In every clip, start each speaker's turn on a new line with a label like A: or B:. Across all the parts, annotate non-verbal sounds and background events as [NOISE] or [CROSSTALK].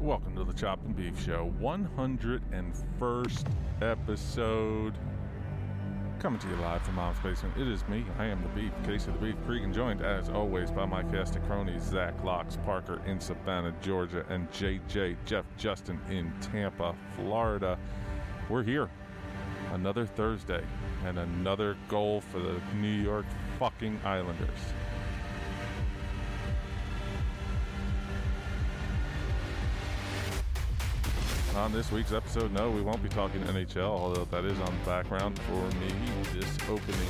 A: Welcome to the Chop and Beef Show, 101st episode. Coming to you live from Mom's Basement. It is me. I am the Beef, Casey the Beef Creek, and joined as always by my cast of cronies, Zach Locks Parker in Savannah, Georgia, and JJ Jeff Justin in Tampa, Florida. We're here. Another Thursday and another goal for the New York fucking Islanders. On this week's episode, no, we won't be talking NHL, although that is on the background for me this opening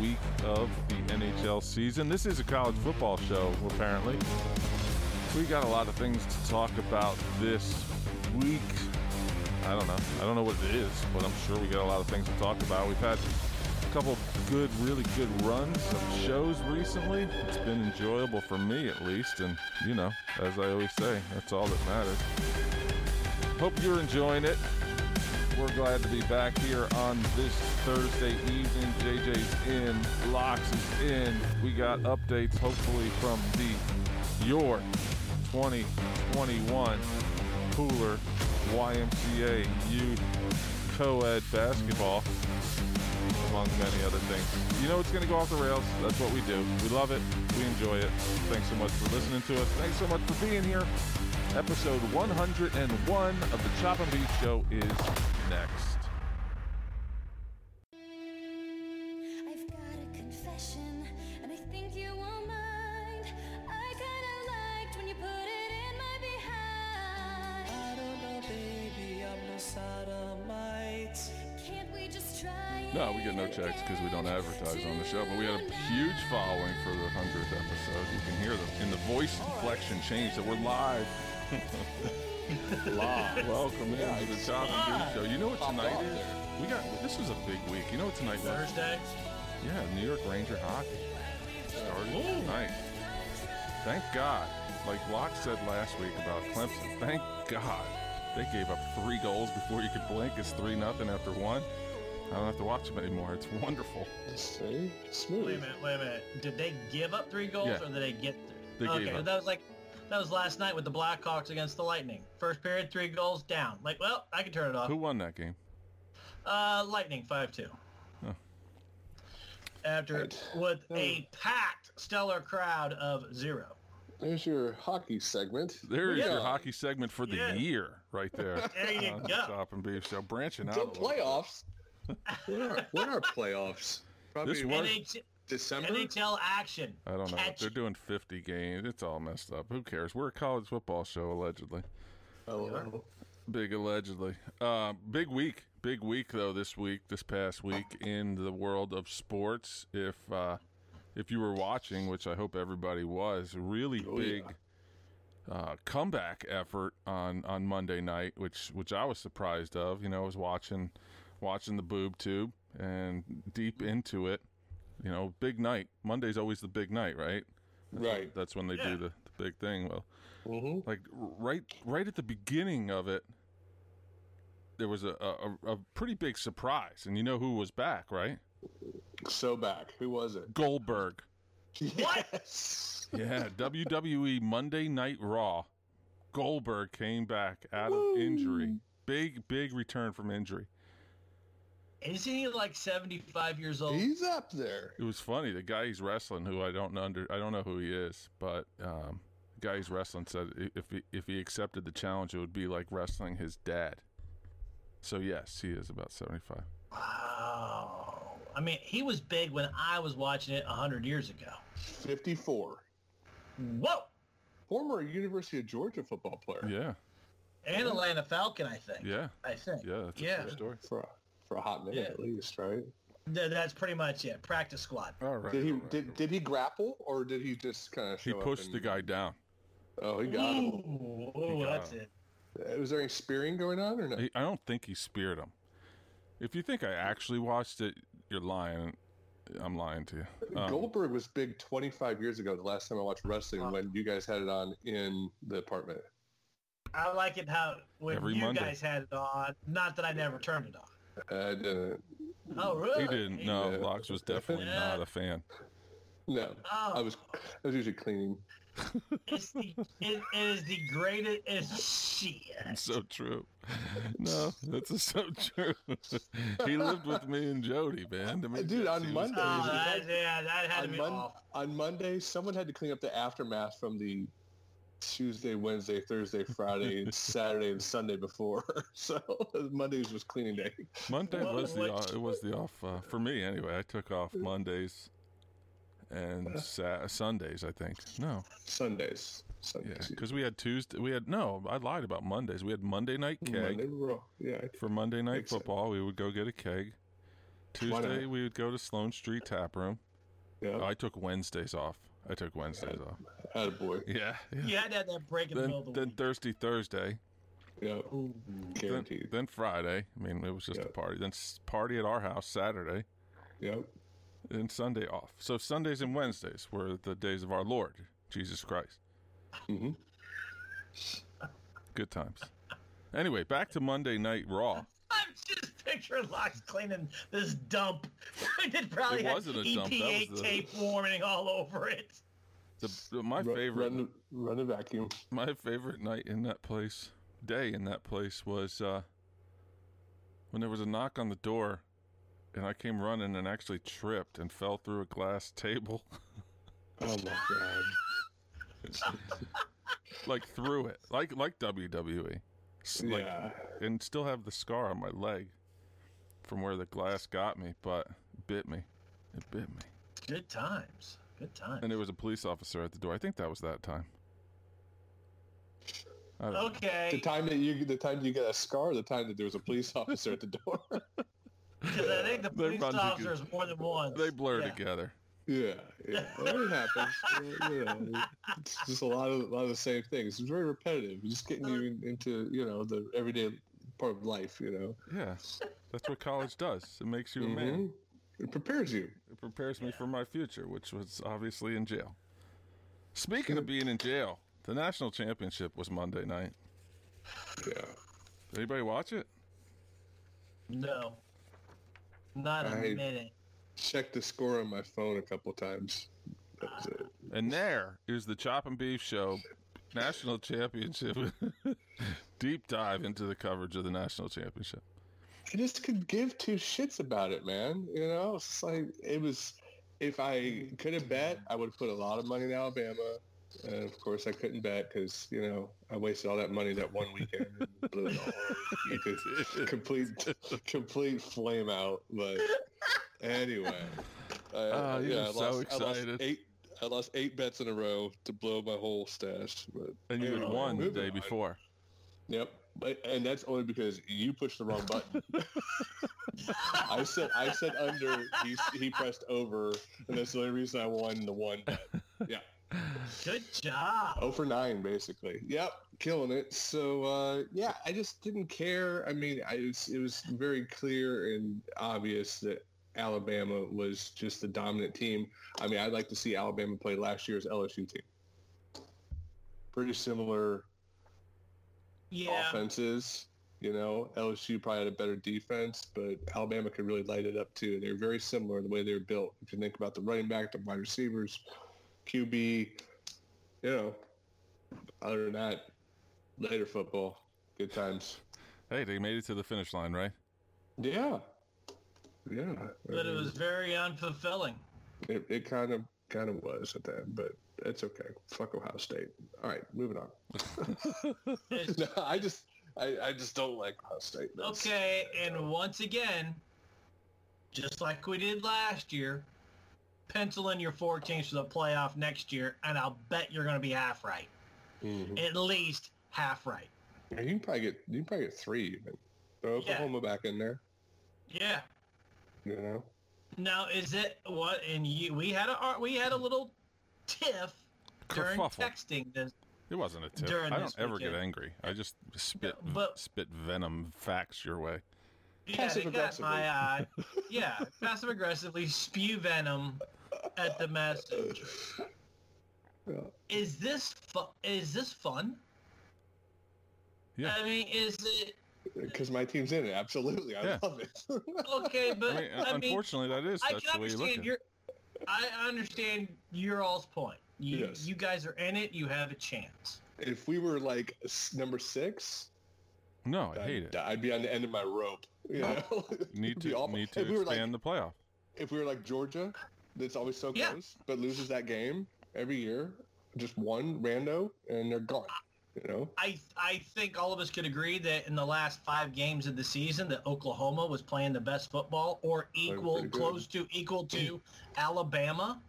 A: week of the NHL season. This is a college football show, apparently. We got a lot of things to talk about this week. I don't know. I don't know what it is, but I'm sure we got a lot of things to talk about. We've had a couple good, really good runs of shows recently. It's been enjoyable for me, at least. And, you know, as I always say, that's all that matters. Hope you're enjoying it. We're glad to be back here on this Thursday evening. JJ's in, Locks is in. We got updates, hopefully, from the your 2021 Cooler YMCA Youth Co-ed Basketball, among many other things. You know it's going to go off the rails. That's what we do. We love it. We enjoy it. Thanks so much for listening to us. Thanks so much for being here. Episode 101 of the Chop and Beef Show is next.
B: I've got a confession, and I think you won't mind. I kinda liked when you put it in my behind.
C: I don't know, baby, I'm no out of mites.
B: Can't we just try it?
A: No, we get no checks because we don't advertise on the show, but we had a huge following for the 100th episode. You can hear the, in the voice inflection change that we're live. [LAUGHS] live. Welcome in to the Chop and Beef Show. You know what tonight is? We got this was a big week. You know what tonight was?
D: Thursday.
A: Yeah, New York Ranger hockey started tonight. Thank God. Like Locke said last week about Clemson, thank God they gave up three goals before you could blink. It's 3 nothing after one. I don't have to watch them anymore. It's wonderful.
E: See?
D: Wait a
E: uh, Smooth.
D: minute, wait a minute. Did they give up three goals
A: Yeah.
D: or did they get three?
A: They
D: okay,
A: gave up.
D: that was like that was last night with the Blackhawks against the Lightning. First period, three goals down. Like, well, I can turn it off.
A: Who won that game?
D: Uh, Lightning five two.
A: Huh.
D: After
E: Right.
D: with
E: Hmm.
D: a packed stellar crowd of zero.
E: There's your hockey segment.
A: There is
D: Yeah.
A: your hockey segment for the
D: Yeah.
A: year right there.
D: [LAUGHS] There you
A: on
D: go.
A: the Chop and beef. So branching out. a
E: Till
A: little bit. [LAUGHS]
E: playoffs. when, are, when are playoffs? Probably
A: This was-
D: NH-
E: December.
D: NHL action.
A: I don't know.
D: Catch
A: They're doing 50 games. It's all messed up. Who cares? We're a college football show, allegedly.
E: Oh,
A: Big allegedly. Uh, big week. Big week though. This week, this past week in the world of sports. If uh, if you were watching, which I hope everybody was, really big uh, comeback effort on on Monday night, which which I was surprised of. You know, I was watching watching the boob tube and deep into it. You know, big night. Monday's always the big night, right?
E: right.
A: That's when they
D: Yeah.
A: do the, the big thing. Well,
E: Mhm.
A: like r- right right at the beginning of it, there was a, a a pretty big surprise, and you know who was back, right?
E: So back. Who was it? [LAUGHS]
A: Goldberg.
E: Yes.
A: Yeah, WWE Monday Night Raw. Goldberg came back out of injury. Big big return from injury.
D: Isn't he like seventy five years old?
E: He's up there.
A: It was funny. The guy he's wrestling, who I don't know under, I don't know who he is, but um, the guy he's wrestling said i- if he, if he accepted the challenge, it would be like wrestling his dad. So yes, he is about seventy five.
D: Wow. I mean, he was big when I was watching it 100 years ago.
E: 54.
D: Whoa!
E: Former University of Georgia football player.
A: Yeah,
D: And Atlanta Falcon, I think.
A: yeah,
D: I think.
A: yeah. That's a
D: Yeah.
A: true story.
E: For a, for a hot minute
D: Yeah.
E: at least, right?
D: Th- that's pretty much it. Practice squad.
A: All right.
E: Did he
A: all right.
E: did, did he grapple or did he just kind of
A: he pushed the guy down.
E: Oh, he
D: Ooh,
E: got him.
D: ooh,
A: got
D: that's
A: him.
D: it.
E: Uh, Was there any spearing going on or no?
A: He, I don't think he speared him. If you think I actually watched it, you're lying. I'm lying to you. Um,
E: Goldberg was big 25 years ago. The last time I watched wrestling, when you guys had it on in the apartment.
D: I like it how when
A: Every
D: you
A: Monday.
D: guys had it on. Not that I never turned it on.
E: I didn't.
D: Oh, really?
A: he didn't. No,
D: [LAUGHS]
E: Yeah.
A: Locks was definitely
D: Yeah.
A: not a fan.
E: No,
D: Oh.
E: I was I was usually cleaning.
D: [LAUGHS] It's the, it, it is the greatest. It's shit.
A: so true. No, that's so true. [LAUGHS] he lived with me and Jody, man. I mean,
E: Dude, on
A: she was-
E: Monday-
D: Oh, that, yeah, that had to
E: on,
D: be
E: Mon-
D: awful.
E: on Monday, someone had to clean up the aftermath from the Tuesday, Wednesday, Thursday,
A: [LAUGHS]
E: Friday, Saturday, and Sunday before. [LAUGHS] So Mondays was cleaning day.
A: Monday
D: Well,
A: was the
D: what-
A: off, it was the off uh, for me anyway. I took off Mondays and sa- Sundays, I think. No,
E: Sundays.
A: yeah,
E: Sundays.
A: because we had Tuesday. We had no. I lied about Mondays. We had Monday night keg
E: Monday, we were all- yeah.
A: for Monday night
E: Makes sense.
A: football. We would go get a keg.
E: Why not?
A: Tuesday we would go to Sloan Street Tap Room.
E: Yeah.
A: I took Wednesdays off. I took Wednesdays off.
E: Attaboy.
A: Yeah. yeah.
D: You had to have that break in the
A: Then,
D: middle of the
A: then
D: week.
A: Thursday, Thursday.
E: Yeah.
D: Ooh.
A: Then,
E: Guaranteed.
A: then Friday. I mean, it was just a
E: Yeah.
A: party. Then s- party at our house Saturday.
E: Yep.
A: and Sunday off. So Sundays and Wednesdays were the days of our Lord Jesus Christ.
E: hmm
A: Good times. Anyway, back to Monday Night Raw.
D: I'm just picturing Locks cleaning this dump. [LAUGHS] it probably
A: It
D: had
A: wasn't a
D: EPA
A: dump, that was the-
D: tape warming all over it.
A: The, my
E: Ru-
A: favorite,
E: Run, run a vacuum.
A: my favorite night in that place, day in that place was uh, when there was a knock on the door, and I came running and actually tripped and fell through a glass [LAUGHS] table,
E: Oh my [LAUGHS] god.
A: like through it, like like WWE, S- like,
E: yeah.
A: and still have the scar on my leg from where the glass got me, but bit me. It bit me.
D: Good times. Good times.
A: And there was a police officer at the door. I think that was that time. I don't know.
D: Oh,
E: The
D: Okay,
E: time that you the time you got a scar, the time that there was a police [LAUGHS] officer at the door.
D: because I think the
A: [LAUGHS] They
D: police
A: run together.
D: officer is more than one.
A: They blur
D: Yeah.
A: together.
E: Yeah, yeah, well, it happens. [LAUGHS] Well, you know, it's just a lot of a lot of the same things. It's very repetitive. It's just getting you in- into you know the everyday part of life. You know,
A: Yeah. That's what college does. It makes you a man.
E: Mhm. it prepares you.
A: It prepares me for my future, which was obviously in jail. Speaking of being in jail, the national championship was Monday night.
E: Yeah,
A: Did anybody watch it?
D: No, not a
E: I-
D: minute.
E: checked the score on my phone a couple times. That's it.
A: And there is the Chop and Beef Show national championship. [LAUGHS] Deep dive into the coverage of the national championship.
E: I just could give two shits about it, man. You know, it's just like it was. If I could have bet, I would have put a lot of money in Alabama. And of course, I couldn't bet because you know I wasted all that money that one weekend and blew it
A: [LAUGHS]
E: all. complete, complete flame out. But anyway,
A: [LAUGHS]
E: I,
A: Oh, you
E: yeah,
A: were
E: I
A: so
E: lost, I
A: excited.
E: lost eight. I lost eight bets in a row to blow my whole stash. But
A: And you had
E: anyway,
A: won the
E: moving
A: day
E: on.
A: before.
E: Yep. But, and that's only because you pushed the wrong button. I said I said under. He, he pressed over, and that's the only reason I won the one. Bet.
D: Good job.
E: Oh for nine, basically. Yep, killing it. So uh, yeah, I just didn't care. I mean, I, it, was, it was very clear and obvious that Alabama was just the dominant team. I mean, I'd like to see Alabama play last year's LSU team. Pretty similar
D: Yeah,
E: offenses. You know, LSU probably had a better defense, but Alabama could really light it up too. They're very similar in the way they're built. If you think about the running back, the wide receivers, QB, you know, other than that, later football, good times.
A: Hey, they made it to the finish line, right?
E: Yeah, yeah.
D: but it was very unfulfilling.
E: It, it kind of kind of was at that, but that's okay. Fuck Ohio State. All right,
D: [LAUGHS]
E: moving on. [LAUGHS]
D: It's-
E: No, I just I, I just don't like Ohio State. That's-
D: okay, and once again, just like we did last year, pencil in your four teams for the playoff next year, and I'll bet you're going to be half right,
E: Mhm.
D: at least half right.
E: Yeah, you can probably get you can probably get three even. Throw
D: Yeah.
E: Oklahoma back in there,
D: Yeah.
E: you know.
D: Now is it what? And you, we had a ar- we had a little tiff during
A: Kerfuffle.
D: texting this
A: It wasn't a tip.
D: During
A: I don't
D: this
A: ever get
D: weekend.
A: angry. I just spit
D: No, but-
A: spit venom facts your way.
D: Yeah, they got
E: Passive-aggressively.
D: my
E: [LAUGHS]
D: eye. Yeah, passive aggressively spew venom at the messenger.
E: Yeah.
D: Is this fu- is this fun?
A: Yeah.
D: I mean, is it
E: Because my team's in it. Absolutely, I
A: Yeah.
E: love it. [LAUGHS]
D: okay? But
A: I mean,
D: I mean,
A: unfortunately, that is
D: I
A: that's
D: can
A: the way you look
D: understand
A: at it.
D: your. I understand your all's point. You,
E: Yes.
D: you guys are in it. You have a chance.
E: If we were like s- number six,
A: No, Oh, I
E: I'd,
A: hate it.
E: I'd be on the end of my rope. You know? [LAUGHS]
A: Need
E: It'd be
A: to
E: awful.
A: need to
E: If [LAUGHS] we were, like-
A: expand the playoff.
E: if we were like Georgia, that's always so
D: Yeah.
E: close, but loses that game every year, just one rando, and they're gone. You know,
D: I I think all of us could agree that in the last five games of the season, that Oklahoma was playing the best football or equal,
E: pretty good.
D: close to equal to Alabama.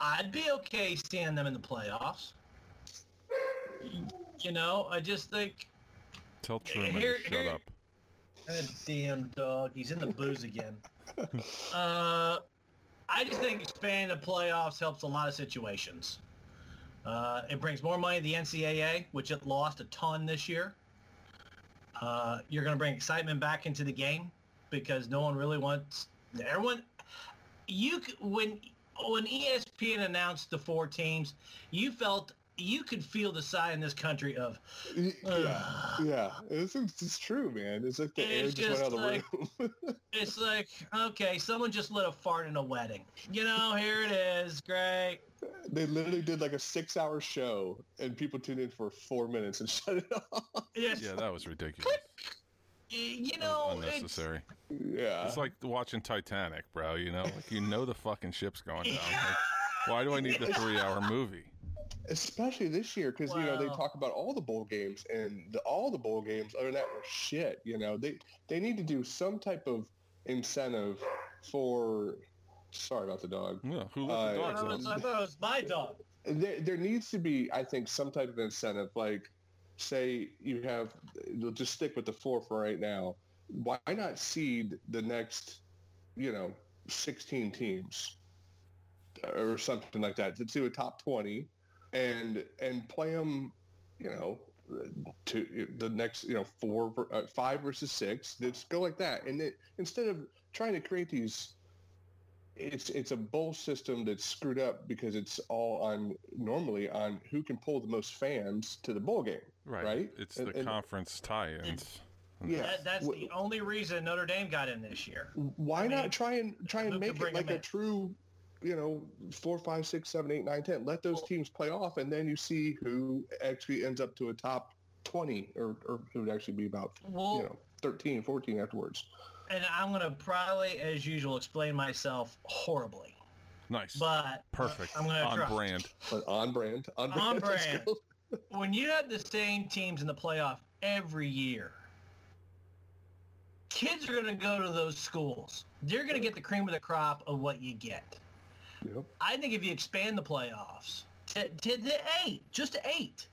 D: I'd be okay seeing them in the playoffs. You know, I just think,
A: Tell Truman to
D: here-
A: shut
D: here-
A: up.
D: God damn dog, he's in the booze again. Uh, I just think expanding the playoffs helps a lot of situations. Uh, it brings more money to the NCAA, which it lost a ton this year. Uh, you're going to bring excitement back into the game because no one really wants everyone. You c- when when E ESPN announced the four teams, you felt you could feel the sigh in this country of. [SIGHS]
E: Y- yeah,
D: "Ugh."
E: yeah, it's, it's, it's true, man. It's like the
D: It's
E: air
D: just
E: just, went out of the
D: like-
E: room.
D: It's like, okay, someone just lit a fart in a wedding. You know, here it is. Great.
E: They literally did like a six-hour show, and people tuned in for four minutes and [LAUGHS] shut it off.
D: Yes.
A: Yeah, that was ridiculous.
D: You
A: That was
D: know, it's, uh,
A: unnecessary.
E: Yeah,
A: It's like watching Titanic, bro. You know, like you know the fucking ship's going down. Like, why do I need the
D: [LAUGHS]
A: three-hour movie?
E: especially this year because you know they
D: Wow.
E: talk about all the bowl games and the, all the bowl games other than that were shit you know they they need to do some type of incentive for sorry about the dog
A: Yeah, who let the
E: Uh,
D: [LAUGHS] I thought it
A: dogs
D: was,
A: out?
D: I thought it was my dog.
E: there, there needs to be i think some type of incentive like say you have we'll just stick with the four for right now why not seed the next you know 16 teams or something like that to do a top 20 and and play them you know to the next you know four ver- uh, five versus six just go like that and it, instead of trying to create these it's it's a bowl system that's screwed up because it's all on normally on who can pull the most fans to the bowl game
A: Right.
E: right?
A: It's
E: And-
A: the
E: and-
A: conference tie-ins.
E: yeah
D: That, that's
E: Wh-
D: the only reason Notre Dame got in this year.
E: why
D: I mean,
E: not try and try and
D: who could
E: make it
D: bring
E: like
D: 'em
E: a
D: in?
E: true you know four five six seven eight nine ten let those
D: Well-
E: teams play off and then you see who actually ends up to a top 20 or, or who would actually be about
D: Well,
E: you know 13 14 afterwards
D: and I'm going to probably, as usual, explain myself horribly.
A: Nice.
D: But uh,
A: Perfect.
D: I'm gonna
A: On
D: try.
A: brand.
E: but on brand on brand, [LAUGHS]
D: On
E: let's
D: brand.
E: go.
D: when you have the same teams in the playoff every year, kids are going to go to those schools. They're going to get the cream of the crop of what you get.
E: Yep.
D: I think if you expand the playoffs to, to the eight, just to eight,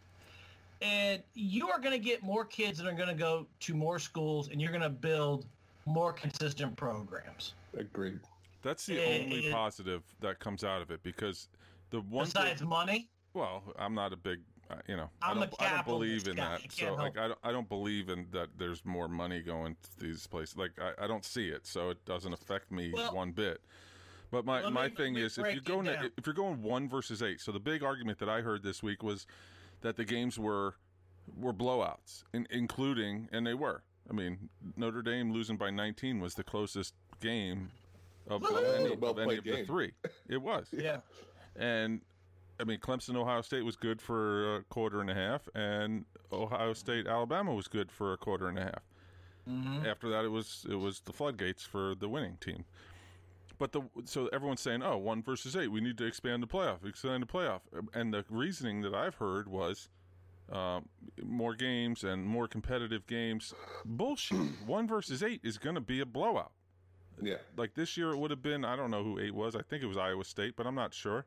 D: and you are going to get more kids that are going to go to more schools, and you're going to build more consistent programs.
E: agreed
A: That's the
D: Eh,
A: only
D: eh.
A: positive that comes out of it because the one. thing-
D: Besides money,
A: well, I'm not a big, uh, you know, I
D: I'm a
A: don't, I don't believe
D: capitalist
A: in
D: guy. I
A: that.
D: can't
A: So like,
D: help
A: I don't, I don't believe in that. There's more money going to these places. Like, I, I don't see it, so it doesn't affect me
D: Well-
A: one bit. But my,
D: Let
A: my
D: me- let
A: thing
D: me
A: is, if
D: break
A: you
D: it
A: go
D: down.
A: if you're going one versus eight, so the big argument that I heard this week was that the games were were blowouts, in, including and they were. I mean, Notre Dame losing by 19 was the closest game of, of
D: Woo-hoo!
A: any, of, any
E: Well-played
A: of the
E: game.
A: three. It was.
D: yeah,
A: And I mean, Clemson, Ohio State was good for a quarter and a half, and Ohio State, Alabama was good for a quarter and a half.
D: Mm-hmm.
A: After that, it was it was the floodgates for the winning team. But the so everyone's saying, oh, one versus eight, we need to expand the playoff, expand the playoff, and the reasoning that I've heard was. Uh, more games and more competitive games. Bullshit. One versus eight is going to be a blowout
E: yeah
A: like this year it would have been I don't know who eight was. I think it was Iowa State, but I'm not sure.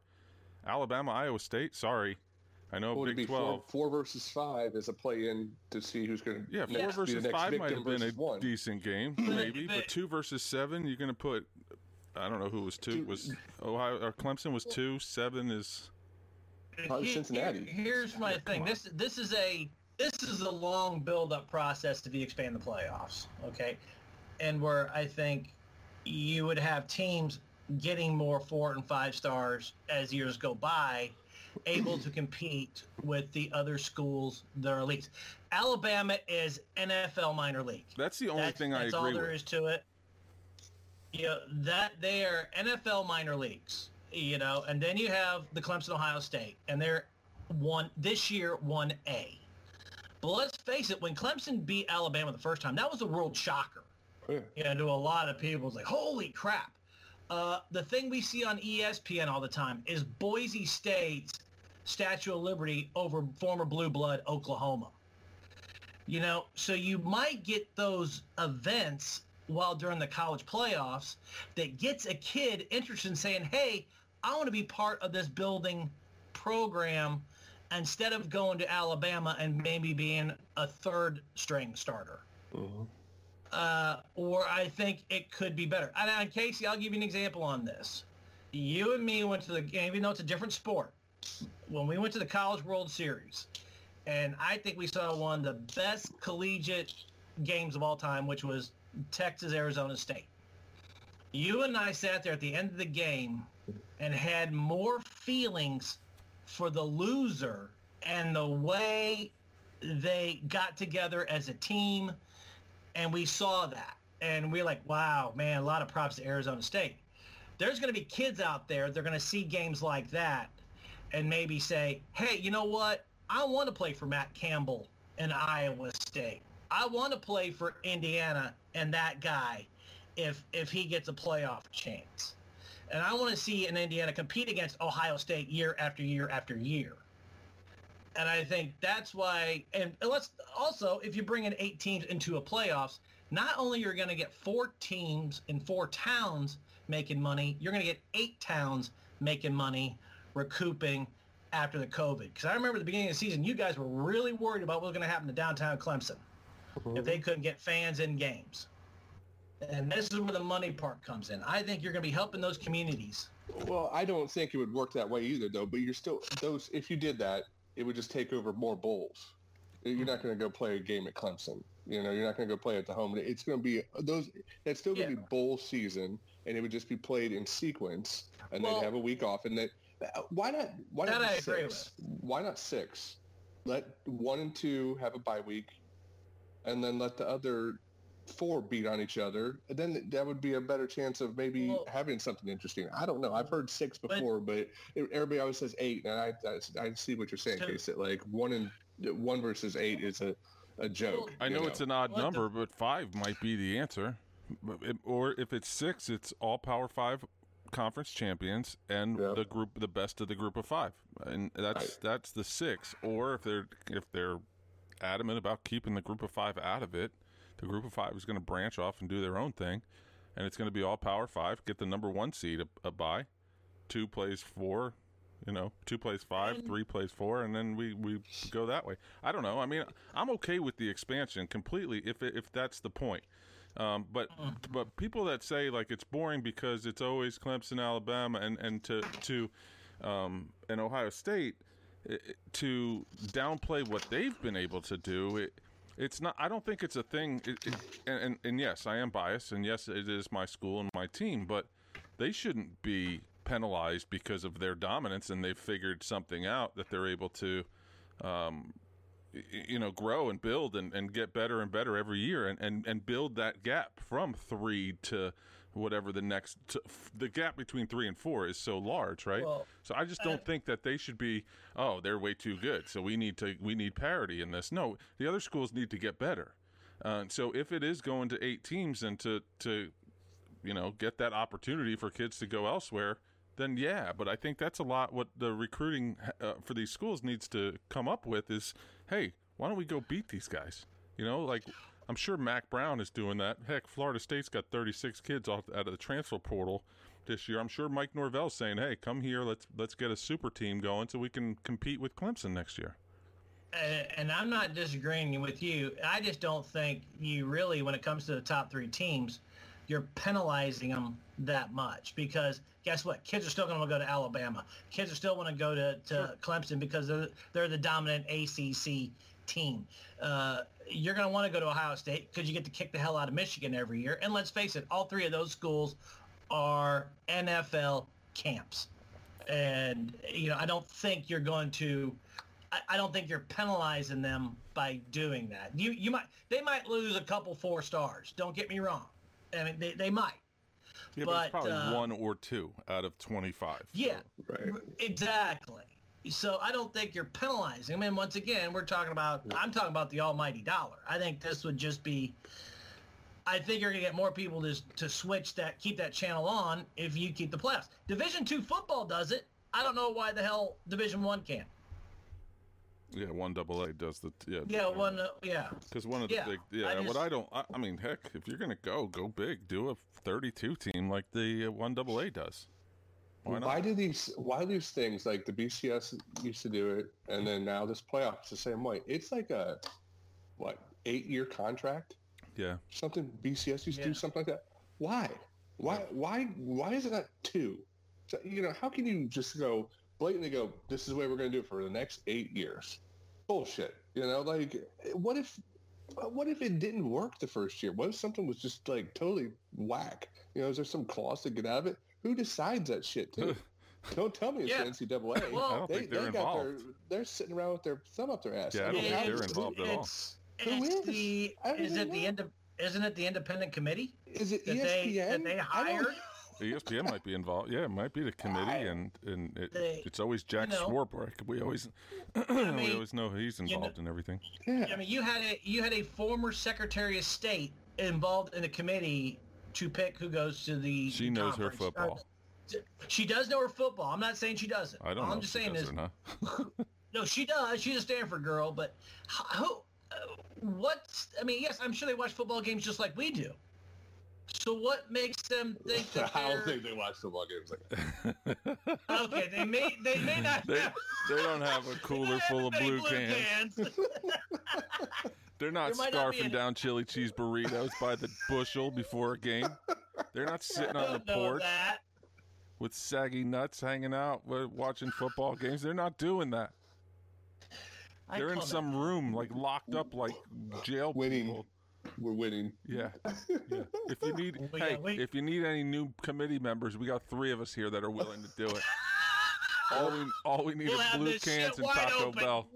A: Alabama, Iowa State. Sorry, I know
E: Well, it'd
A: Oh, Big
E: be
A: Twelve.
E: four, four versus five is a play in to see who's going to
A: yeah, four versus five might have been a decent game, maybe.
D: but-
A: But two versus seven, you're gonna put. I don't know who was two.
E: Dude.
A: Was Ohio or Clemson was two. Seven is
E: Probably
D: Here-
E: Cincinnati.
D: here- here's my thing. This this is a this is a long build up process to be expand the playoffs. Okay, and where I think you would have teams getting more four and five stars as years go by, able to compete with the other schools that are elite. Alabama is NFL minor league.
A: that's the only
D: That's-
A: thing I
D: that's
A: agree
D: all there
A: with.
D: is to it. You know, that they are NFL minor leagues. you know, and then you have the Clemson, Ohio State, and they're one this year one A. But let's face it, when Clemson beat Alabama the first time, that was a world shocker.
E: Yeah.
D: You know, to a lot of people, it's like, holy crap. Uh, the thing we see on E ESPN all the time is Boise State's Statue of Liberty over former blue blood Oklahoma. You know, so you might get those events while during the college playoffs that gets a kid interested in saying, hey, I want to be part of this building program instead of going to Alabama and maybe being a third string starter.
E: Mhm.
D: Uh, or I think it could be better. And, uh, Casey, I'll give you an example on this. You and me went to the game, even though it's a different sport. When we went to the College World Series, and I think we saw one of the best collegiate games of all time, which was Texas Arizona State. You and I sat there at the end of the game and had more feelings for the loser and the way they got together as a team and we saw that and we're like wow man a lot of props to arizona state there's going to be kids out there they're going to see games like that and maybe say hey you know what i want to play for matt campbell in iowa state i want to play for indiana and that guy if if he gets a playoff chance and i want to see an indiana compete against ohio state year after year after year and I think that's why, and let's also, if you bring in eight teams into a playoffs, not only you're going to get four teams in four towns making money, you're going to get eight towns making money, recouping after the COVID. Because I remember at the beginning of the season, you guys were really worried about what was going to happen to downtown Clemson if they couldn't get fans in games. And this is where the money part comes in. I think you're going to be helping those communities.
E: Well, I don't think it would work that way either, though. But you're still those. If you did that, it would just take over more bowls. You're not going to go play a game at Clemson. You know, you're not going to go play at the home. It's going to be those. That's still going to
D: Yeah.
E: be bowl season, and it would just be played in sequence, and
D: Well-
E: they'd have a week off. And that why not? Why
D: That
E: not
D: I
E: do
D: agree
E: six? Why not six? Let one and two have a bye week, and then let the other four beat on each other. And then that would be a better chance of maybe
D: Well-
E: having something interesting. I don't know. I've heard six
D: But-
E: before, but, it- everybody always says eight, and I I, I see what you're saying,
D: So-
E: Case. That like one and one versus eight is a a joke.
A: I
E: you
A: know it's an odd
D: What the-
A: number, but five might be the answer. But it- Or if it's six, it's all Power Five conference champions and
E: Yep.
A: the group, the best of the group of five, and that's
E: Right.
A: that's the six. Or if they're if they're adamant about keeping the group of five out of it, the group of five is going to branch off and do their own thing, and it's going to be all Power Five. Get the number one seed a, a bye, two plays four. You know, two plays five, three plays four, and then we, we go that way. I don't know. I mean, I'm okay with the expansion completely if it, if that's the point. Um, but but people that say like it's boring because it's always Clemson, Alabama, and and to to um, and Ohio State i- i- to downplay what they've been able to do. It, it's not. I don't think it's a thing. It, it, and, and and yes, I am biased, and yes, it is my school and my team, but they shouldn't be penalized because of their dominance and they've figured something out that they're able to um, y- you know grow and build and, and get better and better every year and, and, and build that gap from three to whatever the next to, f- the gap between three and four is so large right
D: Well,
A: so i just don't think that they should be oh they're way too good so we need to we need parity in this no the other schools need to get better uh, so if it is going to eight teams and to to you know get that opportunity for kids to go elsewhere then yeah but i think that's a lot what the recruiting uh, for these schools needs to come up with is hey why don't we go beat these guys you know like i'm sure mac brown is doing that heck florida state's got 36 kids off out of the transfer portal this year i'm sure mike norvell's saying hey come here let's let's get a super team going so we can compete with clemson next year
D: and, and I'm not disagreeing with you. I just don't think you really, when it comes to the top three teams, you're penalizing them that much because guess what? Kids are still going to go to Alabama. Kids are still going to go to, to Clemson because they're, they're the dominant ACC team. Uh, you're going to want to go to Ohio State because you get to kick the hell out of Michigan every year. And let's face it, all three of those schools are NFL camps. And, you know, I don't think you're going to I, I don't think you're penalizing them by doing that. You you might they might lose a couple four stars. Don't get me wrong. I mean they, they might.
A: Yeah, but, it's
D: But,
A: probably
D: uh,
A: one or two out of 25.
D: Yeah,
E: Right.
D: exactly. So I don't think you're penalizing them. And once again, we're talking about I'm talking about the almighty dollar. I think this would just be. I think you're gonna get more people to to switch that, keep that channel on if you keep the playoffs. Division two football does it. I don't know why the hell Division one can't.
A: Yeah, one double A does the yeah.
D: Yeah, one. Uh, yeah,
A: Because one of the
D: yeah,
A: big yeah.
D: I
A: what
D: just-
A: I don't I, I mean, heck, if you're gonna go, go big. Do a 32 team like the uh, one double A does. Why
E: Why,
A: not? [LAUGHS]
E: do these? Why do these things like the BCS used to do it, and then now this playoff is the same way? It's like a what eight-year contract,
A: yeah,
E: something BCS used to do
D: Yeah.
E: something like that. Why? Why? Why? Why is it not two? So, you know, how can you just go blatantly go? This is the way we're going to do it for the next eight years. Bullshit. You know, like what if? What if it didn't work the first year? What if something was just like totally whack? You know, is there some clause to get out of it? Who decides that
A: [LAUGHS]
E: shit? Too? Don't tell me it's
D: Yeah.
E: the NCAA.
D: [LAUGHS] Well-
A: I don't
E: they,
A: think
E: they
A: they're
E: got their,
A: involved.
E: they're sitting around with their thumb up their ass.
A: Yeah, I don't
E: mean,
A: think
E: how
A: they're
E: does-
A: involved at all.
D: it's
E: Who
D: it's
E: is?
D: the
E: I don't
D: is
E: even
D: it the
E: know. E
D: end isn't it the independent committee
E: Is it
D: that
E: ESPN?
D: they that they
E: I don't- [LAUGHS]
D: hired?
A: ESPN might be involved. Yeah, it might be the committee, and and it,
D: They-
A: it's always Jack
D: you know.
A: Swarbrick. We always [CLEARS THROAT] we
D: mean,
A: always know he's
D: know-
A: involved in everything.
E: Yeah.
D: I mean, you had a you had a former Secretary of State involved in the committee to pick who goes to the.
A: She knows her
D: conference. Uh,
A: football.
D: She does know her football. I'm not saying she doesn't.
A: I don't
D: All
A: know.
D: I'm
A: if
D: just
A: he
D: saying
A: does
D: is
A: or
D: [LAUGHS]
A: not. [LAUGHS]
D: no, she does. She's a Stanford girl, but h- who? Uh, what's? I mean, yes, I'm sure they watch football games just like we do. So what makes them think that
E: [LAUGHS] I
D: they're
E: don't think they watch football games like that.
D: okay? They may they may not.
A: They
D: have,
A: they don't have a cooler full of
D: Everybody
A: blue cans. [LAUGHS]
D: cans.
A: They're not
D: There might not be
A: scarfing
D: any-
A: down chili cheese burritos by the bushel before a game. They're
D: [LAUGHS]
A: not sitting on the
D: Don't know
A: porch
D: that.
A: with saggy nuts hanging out, wa- watching football games. They're not doing that.
D: I
A: They're in
D: call that-
A: some room, like locked up, like jail
E: Winning.
A: Oh, people.
E: We're winning.
A: Yeah. yeah. If you need,
D: [LAUGHS] We
A: hey,
D: got- we-
A: if you need any new committee members, we got three of us here that are willing to do
D: [LAUGHS]
A: it. [LAUGHS] All we, all we need
D: We'll
A: is
D: have
A: blue
D: this shit
A: cans and
D: wide
A: Taco
D: open.
A: Bell.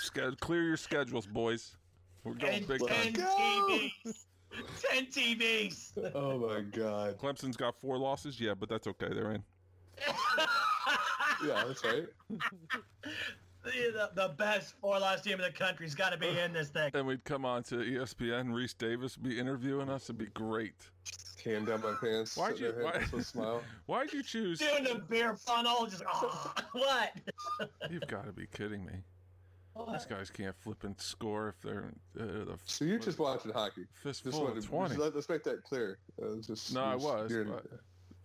A: Sched- clear your schedules, boys. We're going
D: and
A: big time.
D: 10
E: time.
D: TVs. 10 TVs. [LAUGHS]
E: [LAUGHS] Oh my god.
A: Clemson's got four losses, yeah, but that's okay. They're in.
E: [LAUGHS] Yeah, that's right.
D: the, the best four loss team in the country's got to be in this
A: [LAUGHS]
D: thing.
A: And we'd come on to E ESPN. Reese Davis would be interviewing us. It'd be great.
E: Hand down my pants.
A: Why'd
E: sit there,
A: you-
E: hand
A: why-
E: up,
A: [LAUGHS]
E: a smile.
A: Why'd you choose?
D: Doing the beer funnel, just oh, what?
A: You've got to be kidding me. These guys can't flip and score if they're uh, the
E: So you're just watching hockey. Just
A: fistful
E: wanted
A: of
E: to-
A: twenty.
E: Let, us make that clear. Uh, just,
A: No, I
E: just-
A: was.
E: you're-
A: But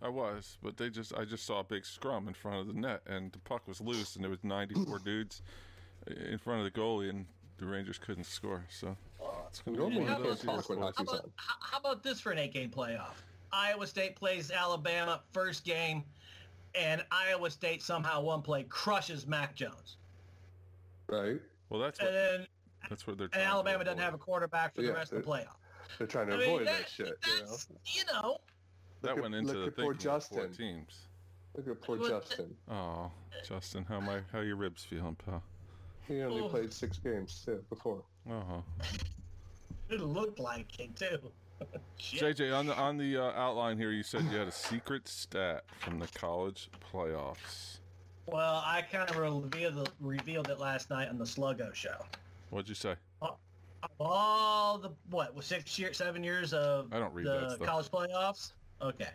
A: I was, but they just I just saw a big scrum in front of the net, and the puck was loose, and there was 94
E: [CLEARS THROAT]
A: dudes in front of the goalie, and the Rangers couldn't score. So it's gonna be
E: Normally
A: one
E: you
A: of
E: don't
A: those years,
E: talk when
A: boys.
D: How
E: hockey's
D: about,
E: on.
D: h- how about this for an eight game playoff? Iowa State plays Alabama first game, and Iowa State somehow one play crushes Mac Jones.
E: Right?
A: Well, that's
D: And
A: what,
D: then
A: that's where they're.
D: and
A: trying to
D: Alabama doesn't
A: avoid.
D: have a quarterback for
E: Yeah,
D: the rest of the playoff.
E: They're trying to
D: I mean,
E: avoid that,
D: that-
E: shit. You know?
D: That's, you know,
A: that
E: Look at-
A: went into
E: look
A: the
E: at
A: thing.
E: poor
A: Four
E: Justin.
A: teams.
E: Look at poor
D: Well, th-
E: Justin.
A: Oh, Justin, how my how your ribs feeling, pal?
E: He only
D: Oh.
E: played six games too, before.
A: Oh,
D: it looked like it too. [LAUGHS] Shit.
A: JJ, on the on the uh, outline here, you said you had a secret stat from the college playoffs.
D: Well, I kind of revealed, revealed it last night on the Sluggo show.
A: What'd you say?
D: Of all the what was six years, seven years of
A: I don't read that
D: the
A: stuff.
D: college playoffs. Okay,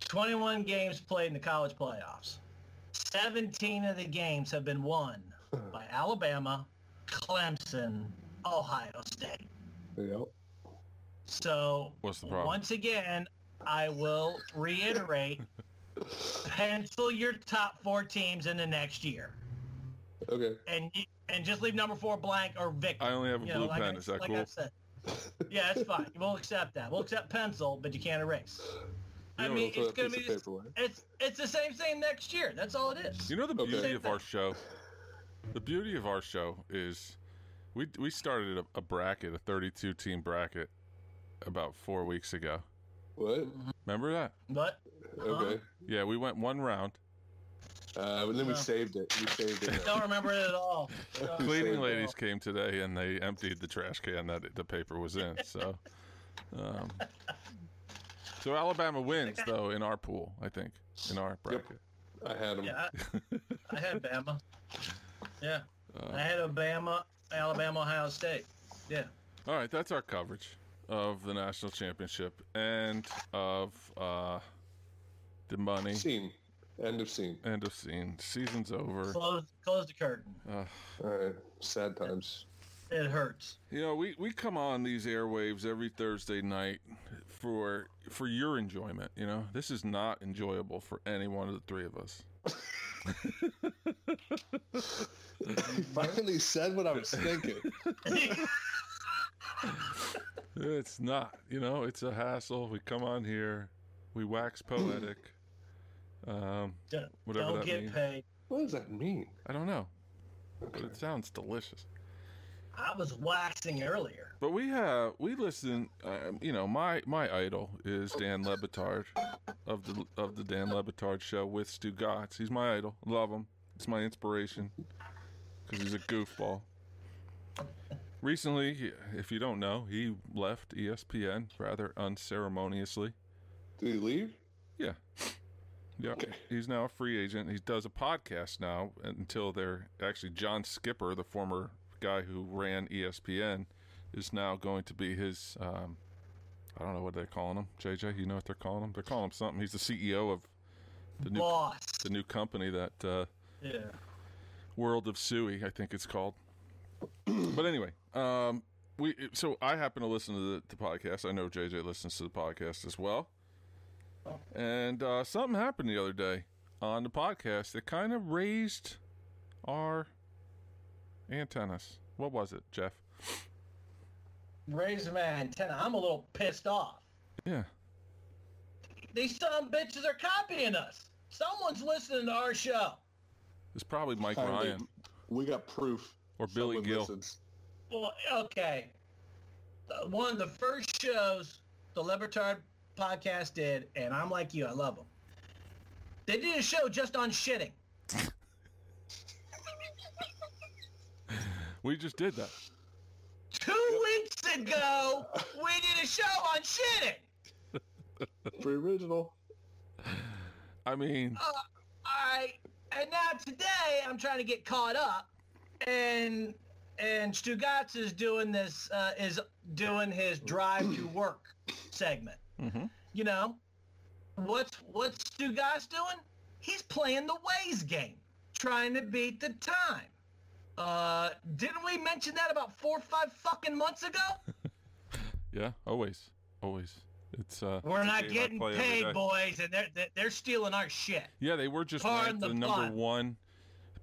D: twenty-one games played in the college playoffs. Seventeen of the games have been
E: [CLEARS THROAT]
D: won by Alabama, Clemson, Ohio State.
E: Yep.
D: So
A: What's the problem?
D: once again, I will
A: [LAUGHS]
D: reiterate: pencil your top four teams in the next year.
E: Okay.
D: and and just leave number four blank or victim.
A: I only have a
D: You
A: blue
D: I-
A: pen. Is that
D: like
A: cool?
D: I said. Yeah, that's fine. We'll accept that. We'll accept pencil, but you can't erase.
E: You
D: I
E: don't
D: mean,
E: wanna throw
D: it's
E: that
D: gonna
E: piece
D: be
E: of
D: this-
E: paper away.
D: it's it's the same thing next year. That's all it is.
A: You know the
E: Okay.
A: beauty
D: Same
A: of our show. The beauty of our show is, we we started a, a bracket, a 32 team bracket, about four weeks ago.
E: What?
A: Remember that?
D: But Uh-huh.
E: Okay.
A: Yeah, we went one round.
E: Uh, but then we
D: No.
E: saved it. We saved
D: [LAUGHS]
E: it.
D: don't remember it
A: [LAUGHS]
D: at all.
E: We
A: Cleaning
E: saved
D: [LAUGHS]
E: it.
A: ladies came today and they emptied the trash can that the paper was in. So Um, so Alabama wins though in our pool, I think, in our bracket.
E: I had him.
D: Yeah, I, I had Bama. Yeah,
A: Uh,
D: I had Obama, Alabama, Ohio State. Yeah.
A: All right, that's our coverage of the national championship and of uh, the money.
E: Scene. End of scene.
A: End of scene. Season's over.
D: Close, close the curtain.
A: Uh,
E: All right.
D: [LAUGHS]
E: Sad times.
D: It
A: [LAUGHS]
D: hurts. [LAUGHS]
A: you know, we, we come on these airwaves every Thursday night for for your enjoyment. You know, this is not enjoyable for any one of the three of us.
E: He [LAUGHS] finally said what
D: [LAUGHS]
E: I was thinking.
A: It's not. You know, it's a hassle. We come on here, we wax
D: [CLEARS THROAT]
A: poetic. Um,
D: Don't,
A: Whatever
D: don't
A: that
D: get
A: means.
D: paid.
E: What does that mean?
A: I don't know, but
E: Okay.
A: it sounds delicious.
D: I was waxing earlier.
A: But we have we listen. Um, you know, my my idol is Dan Lebitard of the of the Dan Lebitard show with Stu Gotts. He's my idol. Love him. It's my inspiration because he's a goofball. Recently, he- if you don't know, he left E ESPN rather unceremoniously.
E: Did he leave?
A: Yeah. Yeah.
E: Okay.
A: He's now a free agent. He does a podcast now until they're actually John Skipper, the former guy who ran E ESPN, is now going to be his um I don't know what they're calling him. JJ, you know what they're calling him? They're calling him something. He's the CEO of the new
D: Boss.
A: the new company that uh
D: Yeah.
A: World of Suey, I think it's called. [CLEARS THROAT] but anyway, um, we so I happen to listen to the, the podcast. I know JJ listens to the podcast as well. And uh, something happened the other day on the podcast that kind of raised our antennas. What was it, Jeff?
D: Raise my antenna. I'm a little pissed off.
A: Yeah,
D: These some bitches are copying us. Someone's listening to our show.
A: it's probably Mike
E: All right,
A: Ryan
E: We got proof.
A: or Billy
E: Someone
A: Gill.
E: listens.
D: Well, okay. The- One of the first shows the Libertard podcast did, and I'm like you, I love them. They did a show just on shitting.
A: We just did that.
D: Two weeks ago, we did a show on shitting.
E: Pretty original.
A: I mean,
D: All right, and now today I'm trying to get caught up, and and Stugatz is doing this uh, is doing his drive to work segment.
A: mhm.
D: You know, what's what's Stugatz doing? He's playing the ways game, trying to beat the time. Uh, didn't we mention that about four or five fucking months ago?
A: yeah, always, always. It's uh,
D: [LAUGHS] We're not
A: game I
D: getting
A: play every day.
D: paid, boys, and they're they're- they're stealing our shit.
A: Yeah, they were just
D: Pardon
A: ranked the,
D: the
A: number
D: pun.
A: one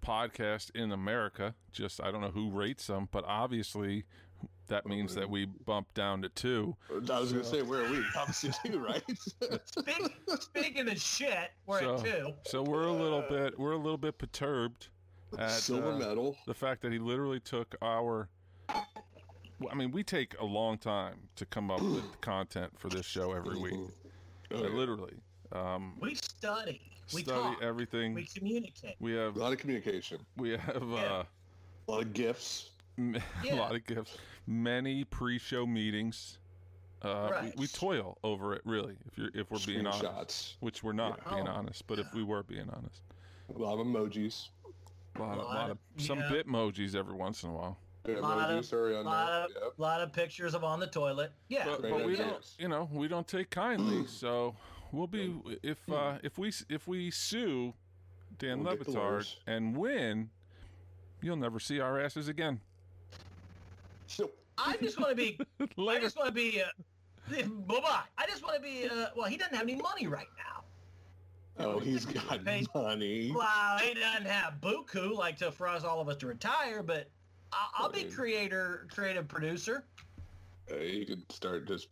A: podcast in America. Just I don't know who rates them, but obviously that means that we bumped down to two.
E: I was going to say, where
A: [LAUGHS]
E: are we? Obviously, too, right?
D: Speak, speaking of shit, we're
A: So-
D: at two.
A: So we're a little bit we're a little bit perturbed [LAUGHS] at
E: Silver
A: uh,
E: medal.
A: the fact that he literally took our. Well, I mean, we take a long time to come up
E: [CLEARS THROAT]
A: with content for this show every week.
E: Oh,
A: Uh,
E: yeah.
A: Literally, um,
D: We study. We
A: study
D: talk.
A: everything.
D: We communicate.
A: We
E: A
A: have
E: lot of communication.
A: we have. Uh,
D: Yeah.
E: A lot of gifts.
A: M [LAUGHS] a
D: Yeah.
A: lot of gifts, many pre-show meetings. Uh, we-
D: Right.
A: we, toil over it, really. If you're if we're being honest,
E: Screenshots.
A: which we're not
D: Yeah.
A: being
D: Oh.
A: honest, but if we were being honest,
E: A lot of emojis.
A: a lot, of,
D: Lot
A: lot of
D: of-
A: some
D: yeah.
A: bit emojis every once in a while.
E: Yeah,
D: Lot of-
E: emojis are on
D: lot
E: there. Yep.
D: A lot of pictures of on the toilet. Yeah.
A: But,
E: Right
A: but we
E: on.
A: don't, you know, we don't take kindly.
E: Mm.
A: so we'll be if uh, if we s- if we sue Dan
E: We'll get the
A: Levitard
E: lawyers.
A: and win, you'll never see our asses
E: [LAUGHS]
A: again.
E: So,
D: I just want to be. I
A: Later.
D: just want to be. Uh, [LAUGHS] bye bye. I just want to be. Uh, well, he doesn't have any money right now.
E: [LAUGHS] oh, he's got
D: [LAUGHS] Hey.
E: money.
D: Wow, he doesn't have buku like to for us all of us to retire. But I- I'll be
E: Right.
D: creator, creative producer.
E: Uh, he could start just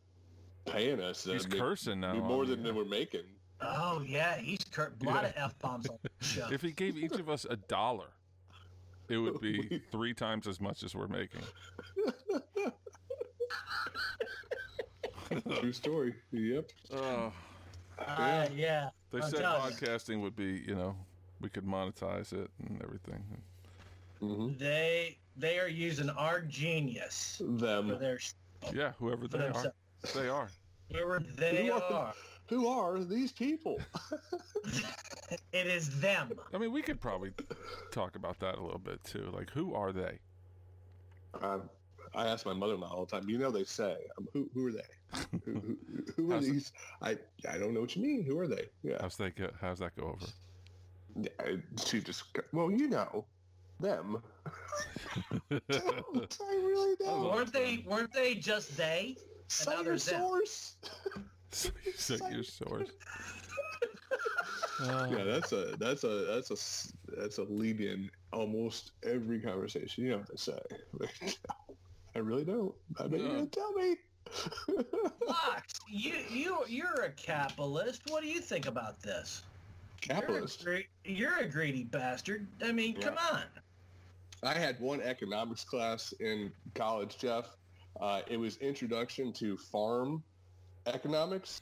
E: paying us. uh,
A: He's
E: make-
A: cursing now.
E: be
A: on
E: more
A: the
E: than
A: air.
E: than we're making.
A: [LAUGHS]
D: Oh yeah, he's cur- a lot of f bombs on the show.
A: [LAUGHS] If he gave each of us a dollar, it would be three times as much as we're making.
E: True story. Yep.
A: Oh,
D: Uh, yeah.
A: they
D: I'm
A: said
D: telling you.
A: podcasting would be, you know, we could monetize it and everything.
E: hmm
D: They they are using our genius for
E: Them.
D: their sh-
E: Hmm.
A: Yeah, whoever
D: for
A: they are.
D: themselves.
A: They are.
D: Where they
E: Who are-
D: are.
E: Who are these people?
D: It is
E: [LAUGHS]
D: them.
A: I mean, we could probably talk about that a little bit too. Like, who are they?
E: Um, I ask my mother-in-law all the time. You know, they say, um, "Who, who are they? Who, who, who are
A: How's it-
E: these?" I, I don't know what you mean. Who are they? Yeah,
A: How's that go? How's that go over?
E: I, she just. Well, you know, them. [LAUGHS]
A: [LAUGHS]
E: Don't. I really
A: Oh,
E: don't.
D: Weren't they? Weren't they just they?
E: Say
D: another
E: your
D: them.
E: source.
A: So your source.
E: Yeah, that's a that's a that's a s- that's a lead in almost every conversation. You know what they say. [LAUGHS] Like, I really don't. I
A: No.
E: bet you're gonna tell me. [LAUGHS]
D: Fox, you you you're a capitalist. What do you think about this?
E: Capitalist.
D: You're a, gre- you're a greedy bastard. I mean,
E: Yeah.
D: come on.
E: I had one economics class in college, Jeff. Uh, it was introduction to farm economics,